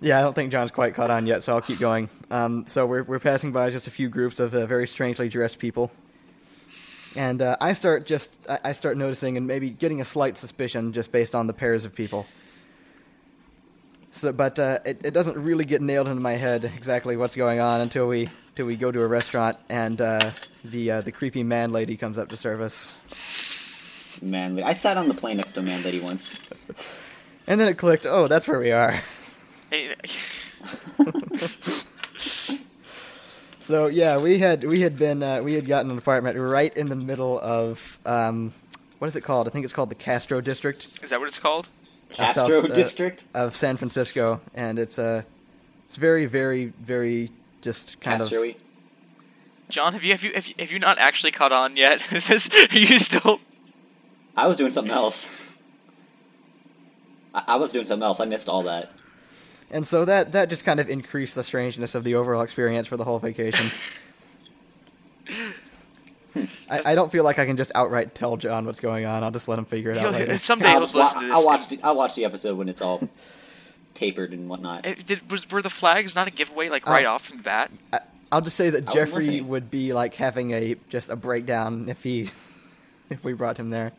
[SPEAKER 1] Yeah, I don't think John's quite caught on yet, so I'll keep going. Um, so we're we're passing by just a few groups of uh, very strangely dressed people, and uh, I start just I, I start noticing and maybe getting a slight suspicion just based on the pairs of people. So, but uh, it it doesn't really get nailed into my head exactly what's going on until we until we go to a restaurant and uh, the uh, the creepy man lady comes up to serve us.
[SPEAKER 2] Man, I sat on the plane next to a man lady once.
[SPEAKER 1] And then it clicked. Oh, that's where we are.
[SPEAKER 3] Hey,
[SPEAKER 1] So yeah, we had we had been uh, we had gotten an apartment right in the middle of um, what is it called? I think it's called the Castro District
[SPEAKER 3] Is that what it's called?
[SPEAKER 1] of South-
[SPEAKER 2] Castro
[SPEAKER 1] uh,
[SPEAKER 2] District.
[SPEAKER 1] of San Francisco, and it's uh, it's very very very just kind
[SPEAKER 2] Castroy.
[SPEAKER 3] John, have you have you have you, have you not actually caught on yet? Is this are you still?
[SPEAKER 2] I was doing something else. I, I was doing something else. I missed all that.
[SPEAKER 1] of, and so that that just kind of increased the strangeness of the overall experience for the whole vacation. I, I don't feel like I can just outright tell John what's going on. I'll just let him figure it out later.
[SPEAKER 3] Someday
[SPEAKER 2] I'll,
[SPEAKER 3] he'll
[SPEAKER 2] just
[SPEAKER 3] listen
[SPEAKER 2] wa-
[SPEAKER 3] to this.
[SPEAKER 2] I'll watch. The, I'll watch the episode when it's all tapered and whatnot.
[SPEAKER 3] Uh, did, was were the flags not a giveaway like right
[SPEAKER 1] Uh,
[SPEAKER 3] off from the bat?
[SPEAKER 1] I, I'll just say that
[SPEAKER 2] I wasn't
[SPEAKER 1] Jeffrey
[SPEAKER 2] listening.
[SPEAKER 1] would be like having a just a breakdown if he if we brought him there.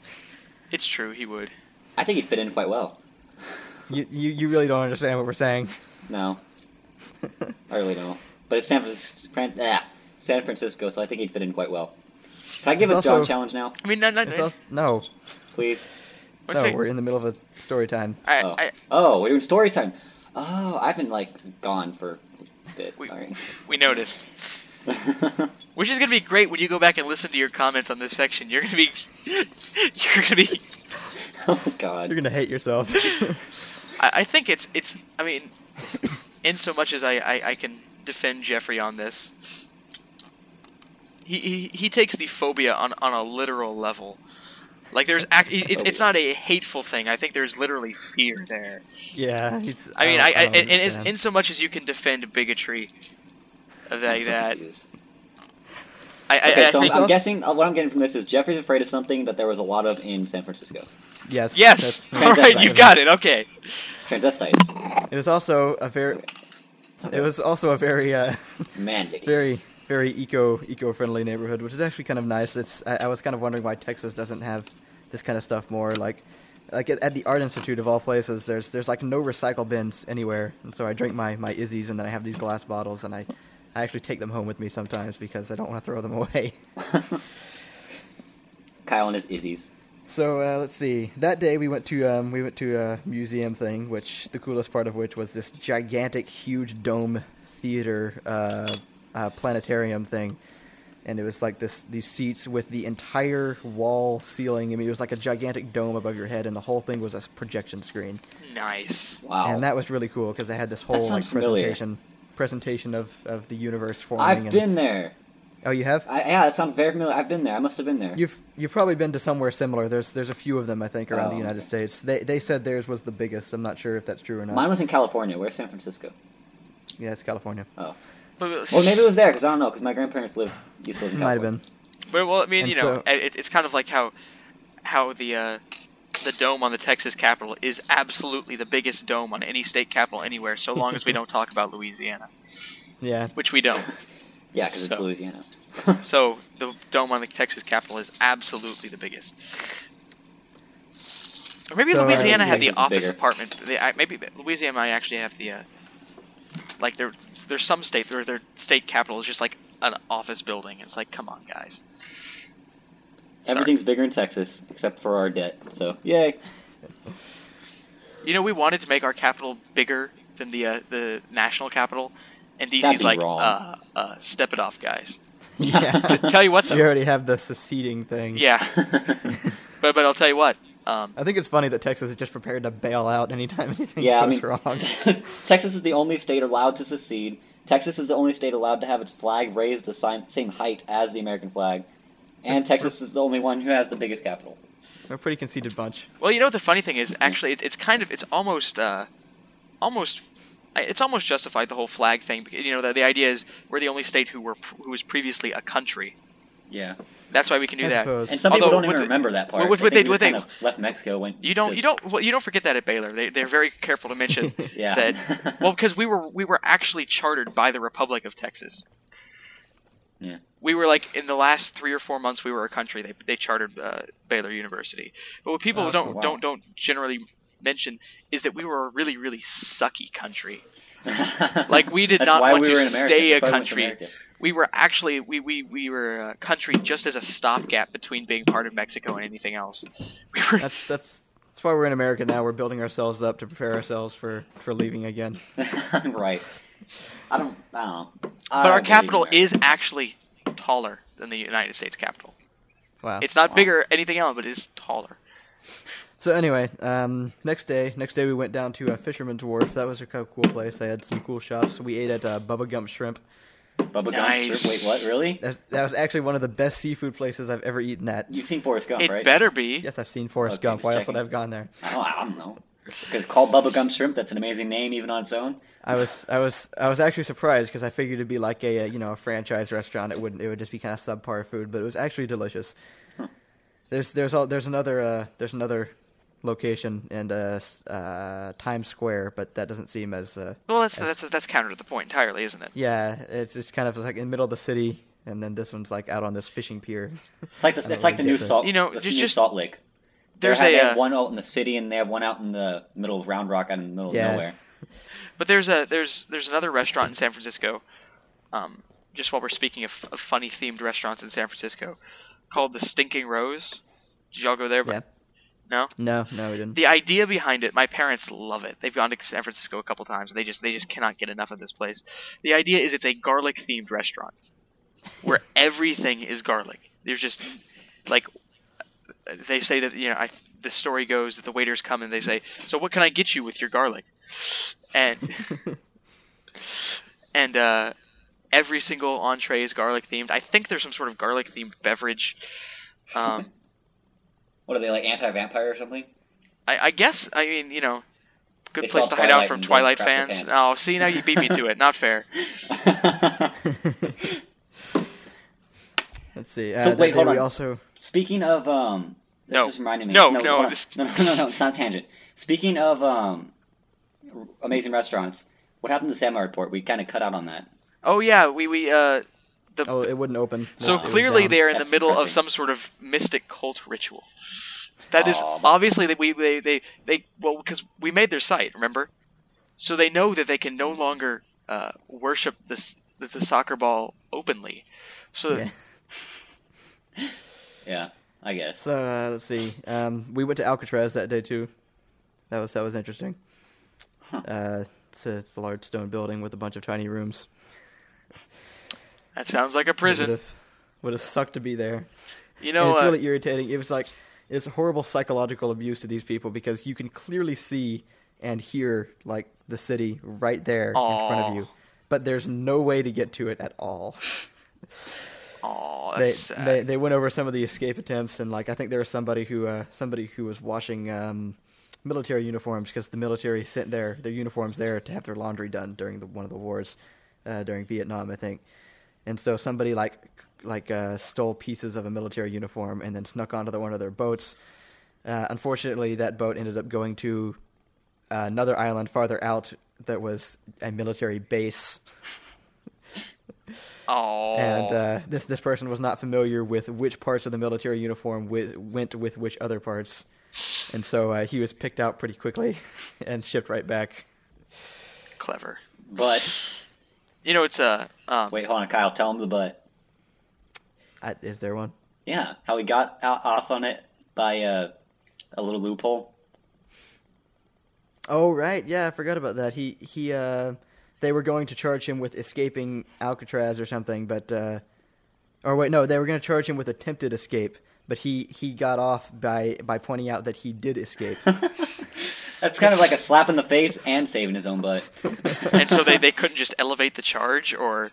[SPEAKER 3] It's true, he would.
[SPEAKER 2] I think it fit in quite well.
[SPEAKER 1] You you, you really don't understand what we're saying.
[SPEAKER 2] No, I really don't. But it's San Francisco. Fran- ah, San Francisco, so I think he'd fit in quite well. Can I give
[SPEAKER 1] It's
[SPEAKER 2] a
[SPEAKER 1] also-
[SPEAKER 2] John challenge now,
[SPEAKER 3] I mean, no, no,
[SPEAKER 1] It's
[SPEAKER 3] no.
[SPEAKER 1] also- no,
[SPEAKER 2] please?
[SPEAKER 1] no,
[SPEAKER 3] okay.
[SPEAKER 1] we're in the middle of a story time.
[SPEAKER 3] I,
[SPEAKER 2] Oh,
[SPEAKER 3] I,
[SPEAKER 2] oh, we're doing story time. Oh, I've been like gone for a bit.
[SPEAKER 3] We-
[SPEAKER 2] All right. Oh,
[SPEAKER 3] we noticed. Which is gonna be great when you go back and listen to your comments on this section. You're gonna be, you're gonna be.
[SPEAKER 2] oh
[SPEAKER 1] You're
[SPEAKER 2] God.
[SPEAKER 1] gonna hate yourself.
[SPEAKER 3] I, I think it's it's. I mean, in so much as I I, I can defend Jeffrey on this, he, he he takes the phobia on on a literal level. Like there's ac- it, it- it's not a hateful thing. I think there's literally fear there.
[SPEAKER 1] yeah. He's,
[SPEAKER 3] I mean, I, I,
[SPEAKER 1] don't- don't
[SPEAKER 3] and, and
[SPEAKER 1] understand.
[SPEAKER 3] in so much as you can defend bigotry, like
[SPEAKER 2] I'm so
[SPEAKER 3] that.
[SPEAKER 2] confused.
[SPEAKER 3] I, I,
[SPEAKER 2] Okay,
[SPEAKER 3] I
[SPEAKER 2] so
[SPEAKER 3] think
[SPEAKER 2] I'm, I'm
[SPEAKER 1] also-
[SPEAKER 2] guessing uh, what I'm getting from this is Jeffrey's afraid of something that there was a lot of in San Francisco.
[SPEAKER 1] yes.
[SPEAKER 3] yes.
[SPEAKER 1] that's-
[SPEAKER 3] All right, you
[SPEAKER 2] Transvestites.
[SPEAKER 3] got it. Okay.
[SPEAKER 2] Transvestites,
[SPEAKER 1] It was also a very. It was also a very, uh,
[SPEAKER 2] mandates.
[SPEAKER 1] very, very eco eco friendly neighborhood, which is actually kind of nice. It's I, I was kind of wondering why Texas doesn't have this kind of stuff more. Like, like at, at the Art Institute of all places, there's there's like no recycle bins anywhere, and so I drink my my Izzy's and then I have these glass bottles and I. I actually take them home with me sometimes because I don't want to throw them away.
[SPEAKER 2] Kyle and his Izzy's.
[SPEAKER 1] So uh, let's see. That day we went to um, we went to a museum thing, which the coolest part of which was this gigantic, huge dome theater uh, uh, planetarium thing, and it was like this these seats with the entire wall ceiling. I mean, it was like a gigantic dome above your head, and the whole thing was a s- projection screen,
[SPEAKER 3] Nice.
[SPEAKER 2] Wow.
[SPEAKER 1] and that was really cool because they had this whole like
[SPEAKER 2] sounds familiar.
[SPEAKER 1] presentation presentation of, of the universe forming.
[SPEAKER 2] I've
[SPEAKER 1] and-
[SPEAKER 2] been there.
[SPEAKER 1] Oh, you have.
[SPEAKER 2] I, yeah, that sounds very familiar. I've been there. I must have been there.
[SPEAKER 1] You've you've probably been to somewhere similar. There's there's a few of them I think around
[SPEAKER 2] Oh,
[SPEAKER 1] the United
[SPEAKER 2] okay.
[SPEAKER 1] States. They they said theirs was the biggest. I'm not sure if that's true or not.
[SPEAKER 2] Mine was in California. Where's San Francisco?
[SPEAKER 1] yeah, it's California.
[SPEAKER 2] Oh,
[SPEAKER 3] But,
[SPEAKER 2] or maybe it was there because I don't know because my grandparents lived used to live in
[SPEAKER 1] Might have
[SPEAKER 2] California.
[SPEAKER 1] been.
[SPEAKER 3] but well, I mean,
[SPEAKER 1] And
[SPEAKER 3] you know,
[SPEAKER 1] so-
[SPEAKER 3] i- it, it's kind of like how how the uh, the dome on the Texas Capitol is absolutely the biggest dome on any state capitol anywhere, so long as we don't talk about Louisiana,
[SPEAKER 1] Yeah.
[SPEAKER 3] which we don't.
[SPEAKER 2] Yeah, because it's
[SPEAKER 3] So-
[SPEAKER 2] Louisiana.
[SPEAKER 3] So the dome on the Texas Capitol is absolutely the biggest. Or maybe
[SPEAKER 1] So, uh,
[SPEAKER 3] Louisiana had the
[SPEAKER 2] Texas is
[SPEAKER 3] office
[SPEAKER 2] bigger.
[SPEAKER 3] apartment. They, I, maybe Louisiana might actually have the uh, like there there's some state where their state capital is just like an office building. It's like, come on, guys.
[SPEAKER 2] Everything's bigger in Texas except for our debt. So yay.
[SPEAKER 3] You know, we wanted to make our capital bigger than the uh, the national capital, and
[SPEAKER 2] That'd
[SPEAKER 3] DC's
[SPEAKER 2] be
[SPEAKER 3] like, uh,
[SPEAKER 2] wrong.
[SPEAKER 3] uh, step it off, guys.
[SPEAKER 1] Yeah.
[SPEAKER 3] Tell you what,
[SPEAKER 1] you
[SPEAKER 3] though,
[SPEAKER 1] already have the seceding thing.
[SPEAKER 3] yeah, but but I'll tell you what, um,
[SPEAKER 1] I think it's funny that Texas is just prepared to bail out anytime anything
[SPEAKER 2] yeah, I
[SPEAKER 1] goes
[SPEAKER 2] mean,
[SPEAKER 1] wrong.
[SPEAKER 2] Texas is the only state allowed to secede. Texas is the only state allowed to have its flag raised the si- same height as the American flag, and Texas is the only one who has the biggest capital.
[SPEAKER 1] They're a pretty conceited bunch.
[SPEAKER 3] well, you know what the funny thing is? Actually, it, it's kind of it's almost uh, almost. I- It's almost justified the whole flag thing. because, You know, the, the idea is we're the only state who were pr- who was previously a country.
[SPEAKER 2] Yeah,
[SPEAKER 3] That's why we can do
[SPEAKER 1] I
[SPEAKER 3] that.
[SPEAKER 1] suppose.
[SPEAKER 2] and some
[SPEAKER 3] Although,
[SPEAKER 2] people don't
[SPEAKER 3] what
[SPEAKER 2] even
[SPEAKER 3] they-
[SPEAKER 2] remember that part.
[SPEAKER 3] what
[SPEAKER 2] they
[SPEAKER 3] they-
[SPEAKER 2] think we
[SPEAKER 3] what
[SPEAKER 2] just
[SPEAKER 3] they-
[SPEAKER 2] kind of left Mexico. Went
[SPEAKER 3] You don't
[SPEAKER 2] to-
[SPEAKER 3] you don't well, you don't forget that at Baylor. They they're very careful to mention
[SPEAKER 2] Yeah.
[SPEAKER 3] that well because we were we were actually chartered by the Republic of Texas.
[SPEAKER 2] Yeah.
[SPEAKER 3] We were like in the last three or four months we were a country. They they chartered uh, Baylor University. But what people
[SPEAKER 1] Oh,
[SPEAKER 3] don't
[SPEAKER 2] wow.
[SPEAKER 3] don't don't generally mention is that we were a really really sucky country. Like we did
[SPEAKER 2] That's
[SPEAKER 3] not
[SPEAKER 2] why
[SPEAKER 3] want
[SPEAKER 2] we
[SPEAKER 3] to
[SPEAKER 2] were in America.
[SPEAKER 3] stay a
[SPEAKER 2] That's why we went to
[SPEAKER 3] country.
[SPEAKER 2] America.
[SPEAKER 3] We were actually we, we, we were a country just as a stopgap between being part of Mexico and anything else. We were
[SPEAKER 1] That's that's that's why we're in America now. We're building ourselves up to prepare ourselves for for leaving again.
[SPEAKER 2] right. I don't. I don't know. I
[SPEAKER 3] But our
[SPEAKER 2] don't believe
[SPEAKER 3] capital
[SPEAKER 2] in
[SPEAKER 3] is actually taller than the United States capital.
[SPEAKER 1] Wow.
[SPEAKER 3] It's not bigger or anything else, but it's taller.
[SPEAKER 1] So anyway, um, next day, next day we went down to uh, Fisherman's Wharf. That was a kind of cool place. They had some cool shops. We ate at uh, Bubba Gump Shrimp.
[SPEAKER 2] Bubba Gump
[SPEAKER 3] Nice.
[SPEAKER 2] Strip. Wait, what? Really?
[SPEAKER 1] That's, that was actually one of the best seafood places I've ever eaten at.
[SPEAKER 2] You've seen Forrest Gump,
[SPEAKER 3] it
[SPEAKER 2] right?
[SPEAKER 3] better be.
[SPEAKER 1] Yes, I've seen Forrest
[SPEAKER 2] Okay,
[SPEAKER 1] Gump.
[SPEAKER 2] just
[SPEAKER 1] Why else would
[SPEAKER 2] checking.
[SPEAKER 1] I have gone there?
[SPEAKER 2] I don't, Oh, I don't know. Because called Bubba Gump Shrimp, that's an amazing name even on its own.
[SPEAKER 1] I was, I was, I was actually surprised because I figured it'd be like a, uh, you know, a franchise restaurant. It wouldn't. It would just be kind of subpar food, but it was actually delicious. There's, there's, all, there's another, uh, there's another location in uh, s- uh, Times Square, but that doesn't seem as uh,
[SPEAKER 3] Well, that's,
[SPEAKER 1] Yes.
[SPEAKER 3] that's that's counter to the point entirely, isn't it?
[SPEAKER 1] Yeah, it's just kind of like in the middle of the city, and then this one's like out on this fishing pier.
[SPEAKER 2] It's like the,
[SPEAKER 1] don't
[SPEAKER 2] it's like the
[SPEAKER 1] really
[SPEAKER 2] new
[SPEAKER 1] get that.
[SPEAKER 2] Salt.
[SPEAKER 3] You know,
[SPEAKER 2] that's
[SPEAKER 3] just-
[SPEAKER 2] the new
[SPEAKER 3] just-
[SPEAKER 2] Salt Lake. They
[SPEAKER 3] There's
[SPEAKER 2] have,
[SPEAKER 3] a,
[SPEAKER 2] they have
[SPEAKER 3] uh,
[SPEAKER 2] one out in the city, and they have one out in the middle of Round Rock, out in the middle of
[SPEAKER 1] Yeah.
[SPEAKER 2] nowhere.
[SPEAKER 3] But there's a there's there's another restaurant in San Francisco. Um, just while we're speaking of, of funny themed restaurants in San Francisco, called the Stinking Rose. Did y'all go there?
[SPEAKER 1] yeah.
[SPEAKER 3] No.
[SPEAKER 1] No, no, we didn't.
[SPEAKER 3] The idea behind it, my parents love it. They've gone to San Francisco a couple times, and they just they just cannot get enough of this place. The idea is it's a garlic themed restaurant. where everything is garlic. There's just like they say that you know I, the story goes that the waiters come and they say, "So what can I get you with your garlic?" And and uh, every single entree is garlic themed. I think there's some sort of garlic themed beverage. Um,
[SPEAKER 2] What are they like anti-vampire or something?
[SPEAKER 3] I, I guess I mean you know, good
[SPEAKER 2] They saw
[SPEAKER 3] place to hide out
[SPEAKER 2] Twilight
[SPEAKER 3] from
[SPEAKER 2] and then
[SPEAKER 3] Twilight
[SPEAKER 2] crapped their
[SPEAKER 3] fans.
[SPEAKER 2] pants.
[SPEAKER 3] Oh, see now you beat me to it. Not fair.
[SPEAKER 1] Let's see. Uh,
[SPEAKER 2] So
[SPEAKER 1] that
[SPEAKER 2] wait,
[SPEAKER 1] day
[SPEAKER 2] hold
[SPEAKER 1] we
[SPEAKER 2] on.
[SPEAKER 1] also
[SPEAKER 2] Speaking of um, this
[SPEAKER 3] No.
[SPEAKER 2] just reminded me.
[SPEAKER 3] No,
[SPEAKER 2] no,
[SPEAKER 3] no,
[SPEAKER 2] hold on.
[SPEAKER 3] this-
[SPEAKER 2] no, no, no, no, it's not a tangent. Speaking of um, r- amazing restaurants, what happened to the Samurai Report? We kind of cut out on that.
[SPEAKER 3] Oh yeah, we we uh, the
[SPEAKER 1] oh it wouldn't open.
[SPEAKER 3] So
[SPEAKER 1] It was
[SPEAKER 3] clearly,
[SPEAKER 1] down.
[SPEAKER 3] they are in
[SPEAKER 2] That's
[SPEAKER 3] the middle of
[SPEAKER 2] depressing.
[SPEAKER 3] some sort of mystic cult ritual. That is
[SPEAKER 2] Um.
[SPEAKER 3] obviously that we they they they well because we made their site, remember? So they know that they can no longer uh, worship this the, the soccer ball openly. So
[SPEAKER 1] Yeah.
[SPEAKER 2] Yeah, I guess.
[SPEAKER 1] So uh, let's see. Um, we went to Alcatraz that day too. That was that was interesting. Uh, it's, a, it's a large stone building with a bunch of tiny rooms.
[SPEAKER 3] that sounds like a prison.
[SPEAKER 1] Would have would have sucked to be there.
[SPEAKER 3] You
[SPEAKER 1] and
[SPEAKER 3] know,
[SPEAKER 1] it's
[SPEAKER 3] uh,
[SPEAKER 1] really irritating. It was like it's horrible psychological abuse to these people because you can clearly see and hear like the city right there in front
[SPEAKER 3] Aw.
[SPEAKER 1] of you, but there's no way to get to it at all.
[SPEAKER 3] aw,
[SPEAKER 1] They,
[SPEAKER 3] that's sad.
[SPEAKER 1] they they went over some of the escape attempts and like I think there was somebody who uh, somebody who was washing um, military uniforms because the military sent their their uniforms there to have their laundry done during the one of the wars uh, during Vietnam I think, and so somebody like like uh, stole pieces of a military uniform and then snuck onto the, one of their boats. Uh, unfortunately, that boat ended up going to uh, another island farther out that was a military base
[SPEAKER 3] Aw.
[SPEAKER 1] and uh, this this person was not familiar with which parts of the military uniform wi- went with which other parts, and so uh, he was picked out pretty quickly and shipped right back.
[SPEAKER 3] clever.
[SPEAKER 2] But
[SPEAKER 3] You know, it's uh, um,
[SPEAKER 2] wait, hold on, Kyle. Tell him the but.
[SPEAKER 1] I, is there one?
[SPEAKER 2] Yeah, how we got out, off on it by uh, a little loophole.
[SPEAKER 1] Oh right, yeah, I forgot about that. He he, uh, they were going to charge him with escaping Alcatraz or something, but uh, or wait, no, they were going to charge him with attempted escape, but he he got off by by pointing out that he did escape.
[SPEAKER 2] That's kind of like a slap in the face and saving his own butt.
[SPEAKER 3] and so they they couldn't just elevate the charge or.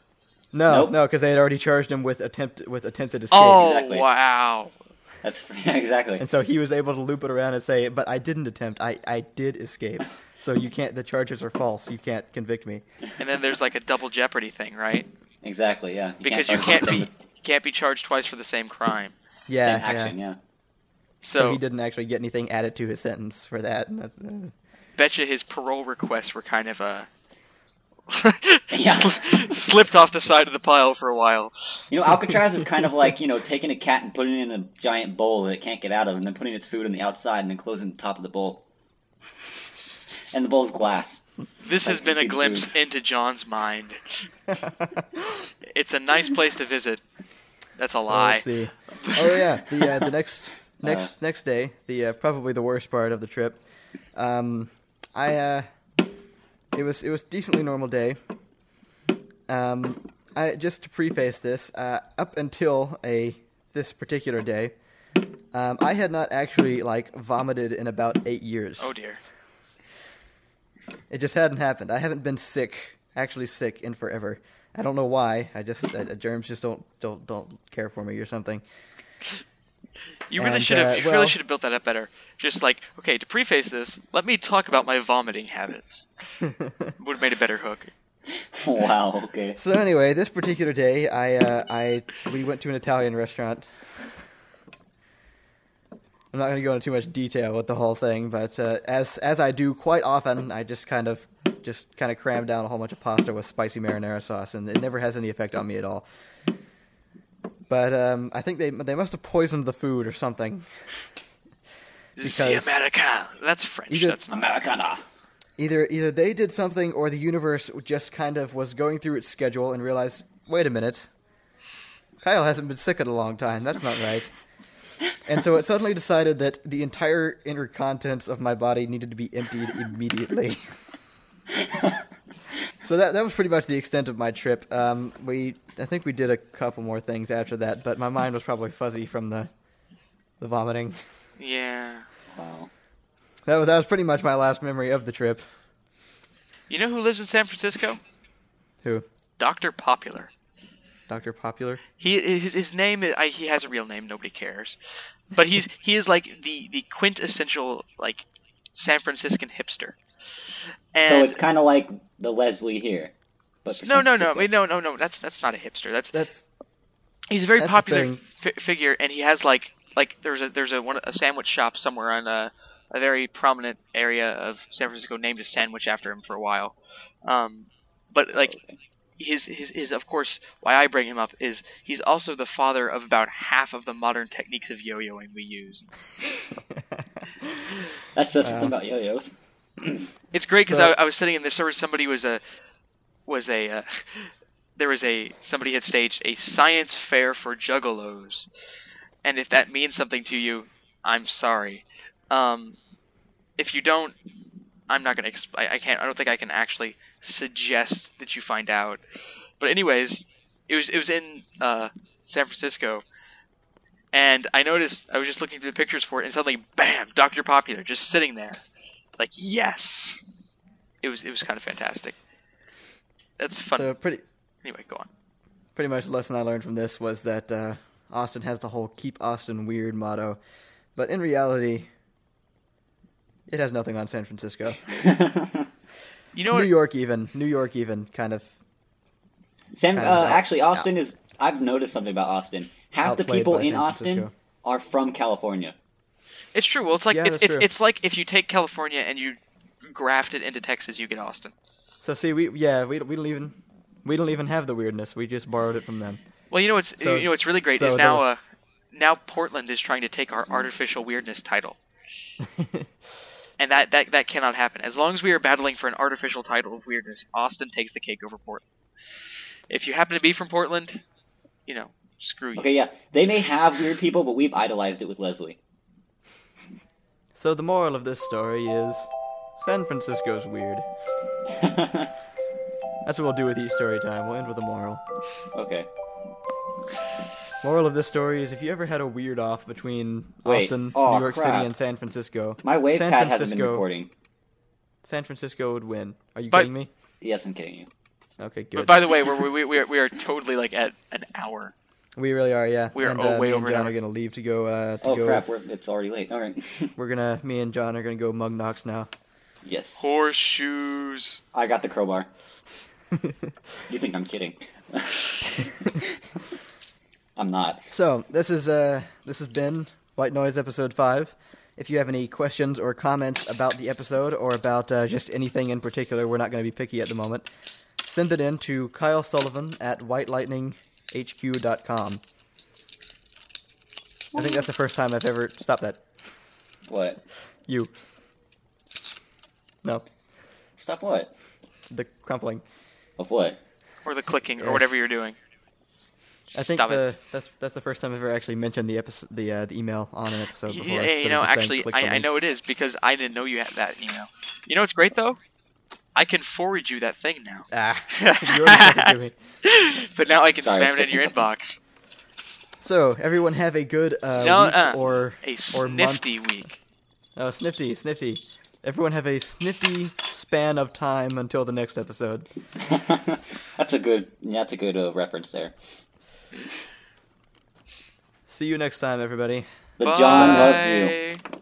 [SPEAKER 1] No,
[SPEAKER 2] Nope.
[SPEAKER 1] no, because they had already charged him with attempt with attempted escape.
[SPEAKER 3] Oh
[SPEAKER 2] Exactly.
[SPEAKER 3] wow.
[SPEAKER 2] That's exactly.
[SPEAKER 1] And so he was able to loop it around and say, "But I didn't attempt. I, I did escape. So you can't. The charges are false. You can't convict me."
[SPEAKER 3] And then there's like a double jeopardy thing, right?
[SPEAKER 2] Exactly, yeah.
[SPEAKER 3] because you
[SPEAKER 2] charge
[SPEAKER 3] can't
[SPEAKER 2] the
[SPEAKER 3] be
[SPEAKER 2] same-
[SPEAKER 3] you can't be charged twice for the same crime.
[SPEAKER 1] Yeah,
[SPEAKER 2] same action,
[SPEAKER 1] yeah.
[SPEAKER 2] yeah.
[SPEAKER 1] So,
[SPEAKER 3] So,
[SPEAKER 1] he didn't actually get anything added to his sentence for that. And that's- uh,
[SPEAKER 3] betcha his parole requests were kind of uh,
[SPEAKER 2] Yeah.
[SPEAKER 3] slipped off the side of the pile for a while.
[SPEAKER 2] You know, Alcatraz is kind of like, you know, taking a cat and putting it in a giant bowl that it can't get out of, and then putting its food on the outside and then closing the top of the bowl. And the bowl's glass.
[SPEAKER 3] This has
[SPEAKER 2] I
[SPEAKER 3] been
[SPEAKER 2] see
[SPEAKER 3] a
[SPEAKER 2] the
[SPEAKER 3] glimpse into John's mind. it's a nice place to visit. That's a
[SPEAKER 1] so
[SPEAKER 3] lie.
[SPEAKER 1] let's see. Oh yeah, the uh, the next next next day, the uh, probably the worst part of the trip. Um, I uh, it was it was decently normal day. Um, I just to preface this, uh, up until a this particular day, um, I had not actually like vomited in about eight years.
[SPEAKER 3] Oh dear.
[SPEAKER 1] It just hadn't happened. I haven't been sick, actually sick, in forever. I don't know why. I just I, germs just don't don't don't care for me or something.
[SPEAKER 3] You really
[SPEAKER 1] And,
[SPEAKER 3] should have
[SPEAKER 1] uh,
[SPEAKER 3] you
[SPEAKER 1] well-
[SPEAKER 3] really should have built that up better. Just like, okay, to preface this, let me talk about my vomiting habits. Would have made a better hook.
[SPEAKER 2] Wow, okay.
[SPEAKER 1] So anyway, this particular day, I uh, I we went to an Italian restaurant. I'm not going to go into too much detail with the whole thing, but uh, as as I do quite often, I just kind of just kind of cram down a whole bunch of pasta with spicy marinara sauce, and it never has any effect on me at all. But um, I think they they must have poisoned the food or something. Because-
[SPEAKER 3] The America. That's French.
[SPEAKER 1] Either-
[SPEAKER 3] That's not
[SPEAKER 2] Americana.
[SPEAKER 1] Either either they did something, or the universe just kind of was going through its schedule and realized, wait a minute, Kyle hasn't been sick in a long time. That's not right. and so it suddenly decided that the entire inner contents of my body needed to be emptied immediately. so that that was pretty much the extent of my trip. Um, we I think we did a couple more things after that, but my mind was probably fuzzy from the the vomiting.
[SPEAKER 3] Yeah.
[SPEAKER 2] Wow.
[SPEAKER 1] That was that was pretty much my last memory of the trip.
[SPEAKER 3] You know who lives in San Francisco?
[SPEAKER 1] Who?
[SPEAKER 3] Doctor Popular.
[SPEAKER 1] Dr. Popular?
[SPEAKER 3] He his, his name is, I, he has a real name. Nobody cares, but he's he is like the the quintessential like San Franciscan hipster. And
[SPEAKER 2] so it's kind of like the Leslie here, but for San
[SPEAKER 3] no no no
[SPEAKER 2] Francisco.
[SPEAKER 3] wait, no no no that's that's not a hipster. That's
[SPEAKER 1] That's
[SPEAKER 3] he's a very
[SPEAKER 1] That's the
[SPEAKER 3] popular
[SPEAKER 1] thing.
[SPEAKER 3] fi- figure, and he has like like there's a there's a one a sandwich shop somewhere on a a very prominent area of San Francisco named a sandwich after him for a while. Um, but like his his his of course why I bring him up is he's also the father of about half of the modern techniques of yo-yoing we use.
[SPEAKER 2] That says something
[SPEAKER 1] Uh,
[SPEAKER 2] about yo-yos.
[SPEAKER 3] It's great because
[SPEAKER 1] So-
[SPEAKER 3] I, I was sitting in the service. Somebody was a was a uh, there was a somebody had staged a science fair for juggalos, and if that means something to you, I'm sorry. Um, if you don't, I'm not gonna. Exp- I, I can't. I don't think I can actually suggest that you find out. But anyways, it was it was in uh, San Francisco, and I noticed I was just looking through the pictures for it, and suddenly, bam! Doctor Popular just sitting there like yes it was it was kind of fantastic that's fun
[SPEAKER 1] so pretty
[SPEAKER 3] anyway go on
[SPEAKER 1] pretty much the lesson I learned from this was that uh, Austin has the whole keep Austin weird motto, but in reality it has nothing on San Francisco.
[SPEAKER 3] you know what
[SPEAKER 1] New York even, New York even kind of
[SPEAKER 2] Sam,
[SPEAKER 1] Kind of
[SPEAKER 2] uh,
[SPEAKER 1] like-
[SPEAKER 2] actually, Austin is. I've noticed something about Austin. Half the
[SPEAKER 1] Outplayed
[SPEAKER 2] people
[SPEAKER 1] by
[SPEAKER 2] in
[SPEAKER 1] San
[SPEAKER 2] Austin
[SPEAKER 1] Francisco.
[SPEAKER 2] are from California.
[SPEAKER 3] it's true well it's like
[SPEAKER 1] Yeah,
[SPEAKER 3] it's,
[SPEAKER 1] that's
[SPEAKER 3] it's
[SPEAKER 1] true.
[SPEAKER 3] it's like if you take california and you graft it into texas you get austin
[SPEAKER 1] So see we yeah, we we don't even we don't even have the weirdness. We just borrowed it from them.
[SPEAKER 3] well you know what's
[SPEAKER 1] So-
[SPEAKER 3] you know what's really great
[SPEAKER 1] so
[SPEAKER 3] is now
[SPEAKER 1] the-
[SPEAKER 3] uh now portland is trying to take our artificial weirdness title and that, that that cannot happen as long as we are battling for an artificial title of weirdness austin takes the cake over portland if you happen to be from portland you know screw you
[SPEAKER 2] Okay, yeah, they may have weird people, but we've idolized it with Leslie.
[SPEAKER 1] So the moral of this story is San Francisco's weird. That's what we'll do with each story time. We'll end with a moral.
[SPEAKER 2] Okay.
[SPEAKER 1] Moral of this story is if you ever had a weird off between
[SPEAKER 2] Wait.
[SPEAKER 1] Austin,
[SPEAKER 2] Aw,
[SPEAKER 1] New York
[SPEAKER 2] crap.
[SPEAKER 1] City, and San Francisco,
[SPEAKER 2] My wave
[SPEAKER 1] San
[SPEAKER 2] pad
[SPEAKER 1] Francisco,
[SPEAKER 2] hasn't been recording.
[SPEAKER 1] San Francisco would win. Are you
[SPEAKER 3] But-
[SPEAKER 1] kidding me?
[SPEAKER 2] Yes, I'm kidding you.
[SPEAKER 1] Okay, good.
[SPEAKER 3] But by the way, we're, we, we, we, are, we are totally like at an hour.
[SPEAKER 1] we really are, yeah.
[SPEAKER 3] We are
[SPEAKER 1] and,
[SPEAKER 3] all
[SPEAKER 1] uh,
[SPEAKER 3] way
[SPEAKER 1] me and
[SPEAKER 3] over
[SPEAKER 1] John
[SPEAKER 3] now.
[SPEAKER 1] are gonna leave to go. Uh, to
[SPEAKER 2] Oh,
[SPEAKER 1] go.
[SPEAKER 2] crap, we're, it's already late. All right.
[SPEAKER 1] We're gonna. Me and John are gonna go mug knocks now.
[SPEAKER 2] yes.
[SPEAKER 3] Horseshoes.
[SPEAKER 2] I got the crowbar. you think I'm kidding? I'm not.
[SPEAKER 1] So this is uh this has been White Noise episode five. If you have any questions or comments about the episode or about uh, just anything in particular, we're not going to be picky at the moment. Send it in to Kyle Sullivan at whitelightninghq.com. I think that's the first time I've ever stop that.
[SPEAKER 2] What?
[SPEAKER 1] You. No,
[SPEAKER 2] Stop what?
[SPEAKER 1] the crumpling.
[SPEAKER 2] Of what?
[SPEAKER 3] Or the clicking, or
[SPEAKER 1] Yes.
[SPEAKER 3] whatever you're doing.
[SPEAKER 1] I think
[SPEAKER 3] Stop
[SPEAKER 1] the,
[SPEAKER 3] it.
[SPEAKER 1] that's that's the first time I've ever actually mentioned the episode, the uh, the email on an episode
[SPEAKER 3] Y-
[SPEAKER 1] before.
[SPEAKER 3] Yeah,
[SPEAKER 1] instead
[SPEAKER 3] you
[SPEAKER 1] of
[SPEAKER 3] know,
[SPEAKER 1] just saying
[SPEAKER 3] actually,
[SPEAKER 1] click the
[SPEAKER 3] I, I
[SPEAKER 1] link.
[SPEAKER 3] know it is because I didn't know you had that email. You know what's great, though? I can forward you that thing now.
[SPEAKER 1] Ah, you already sent it to me.
[SPEAKER 3] but now I can
[SPEAKER 2] Sorry, I was
[SPEAKER 3] spam it in your
[SPEAKER 2] fixing
[SPEAKER 3] inbox.
[SPEAKER 1] So everyone have a good uh,
[SPEAKER 3] No,
[SPEAKER 1] week
[SPEAKER 3] uh,
[SPEAKER 1] or
[SPEAKER 3] A
[SPEAKER 1] or month.
[SPEAKER 3] snifty week.
[SPEAKER 1] Oh, snifty, snifty. Everyone have a snifty span of time until the next episode.
[SPEAKER 2] That's a good. That's a good uh, reference there.
[SPEAKER 1] See you next time, everybody.
[SPEAKER 2] The John loves you.
[SPEAKER 3] Bye.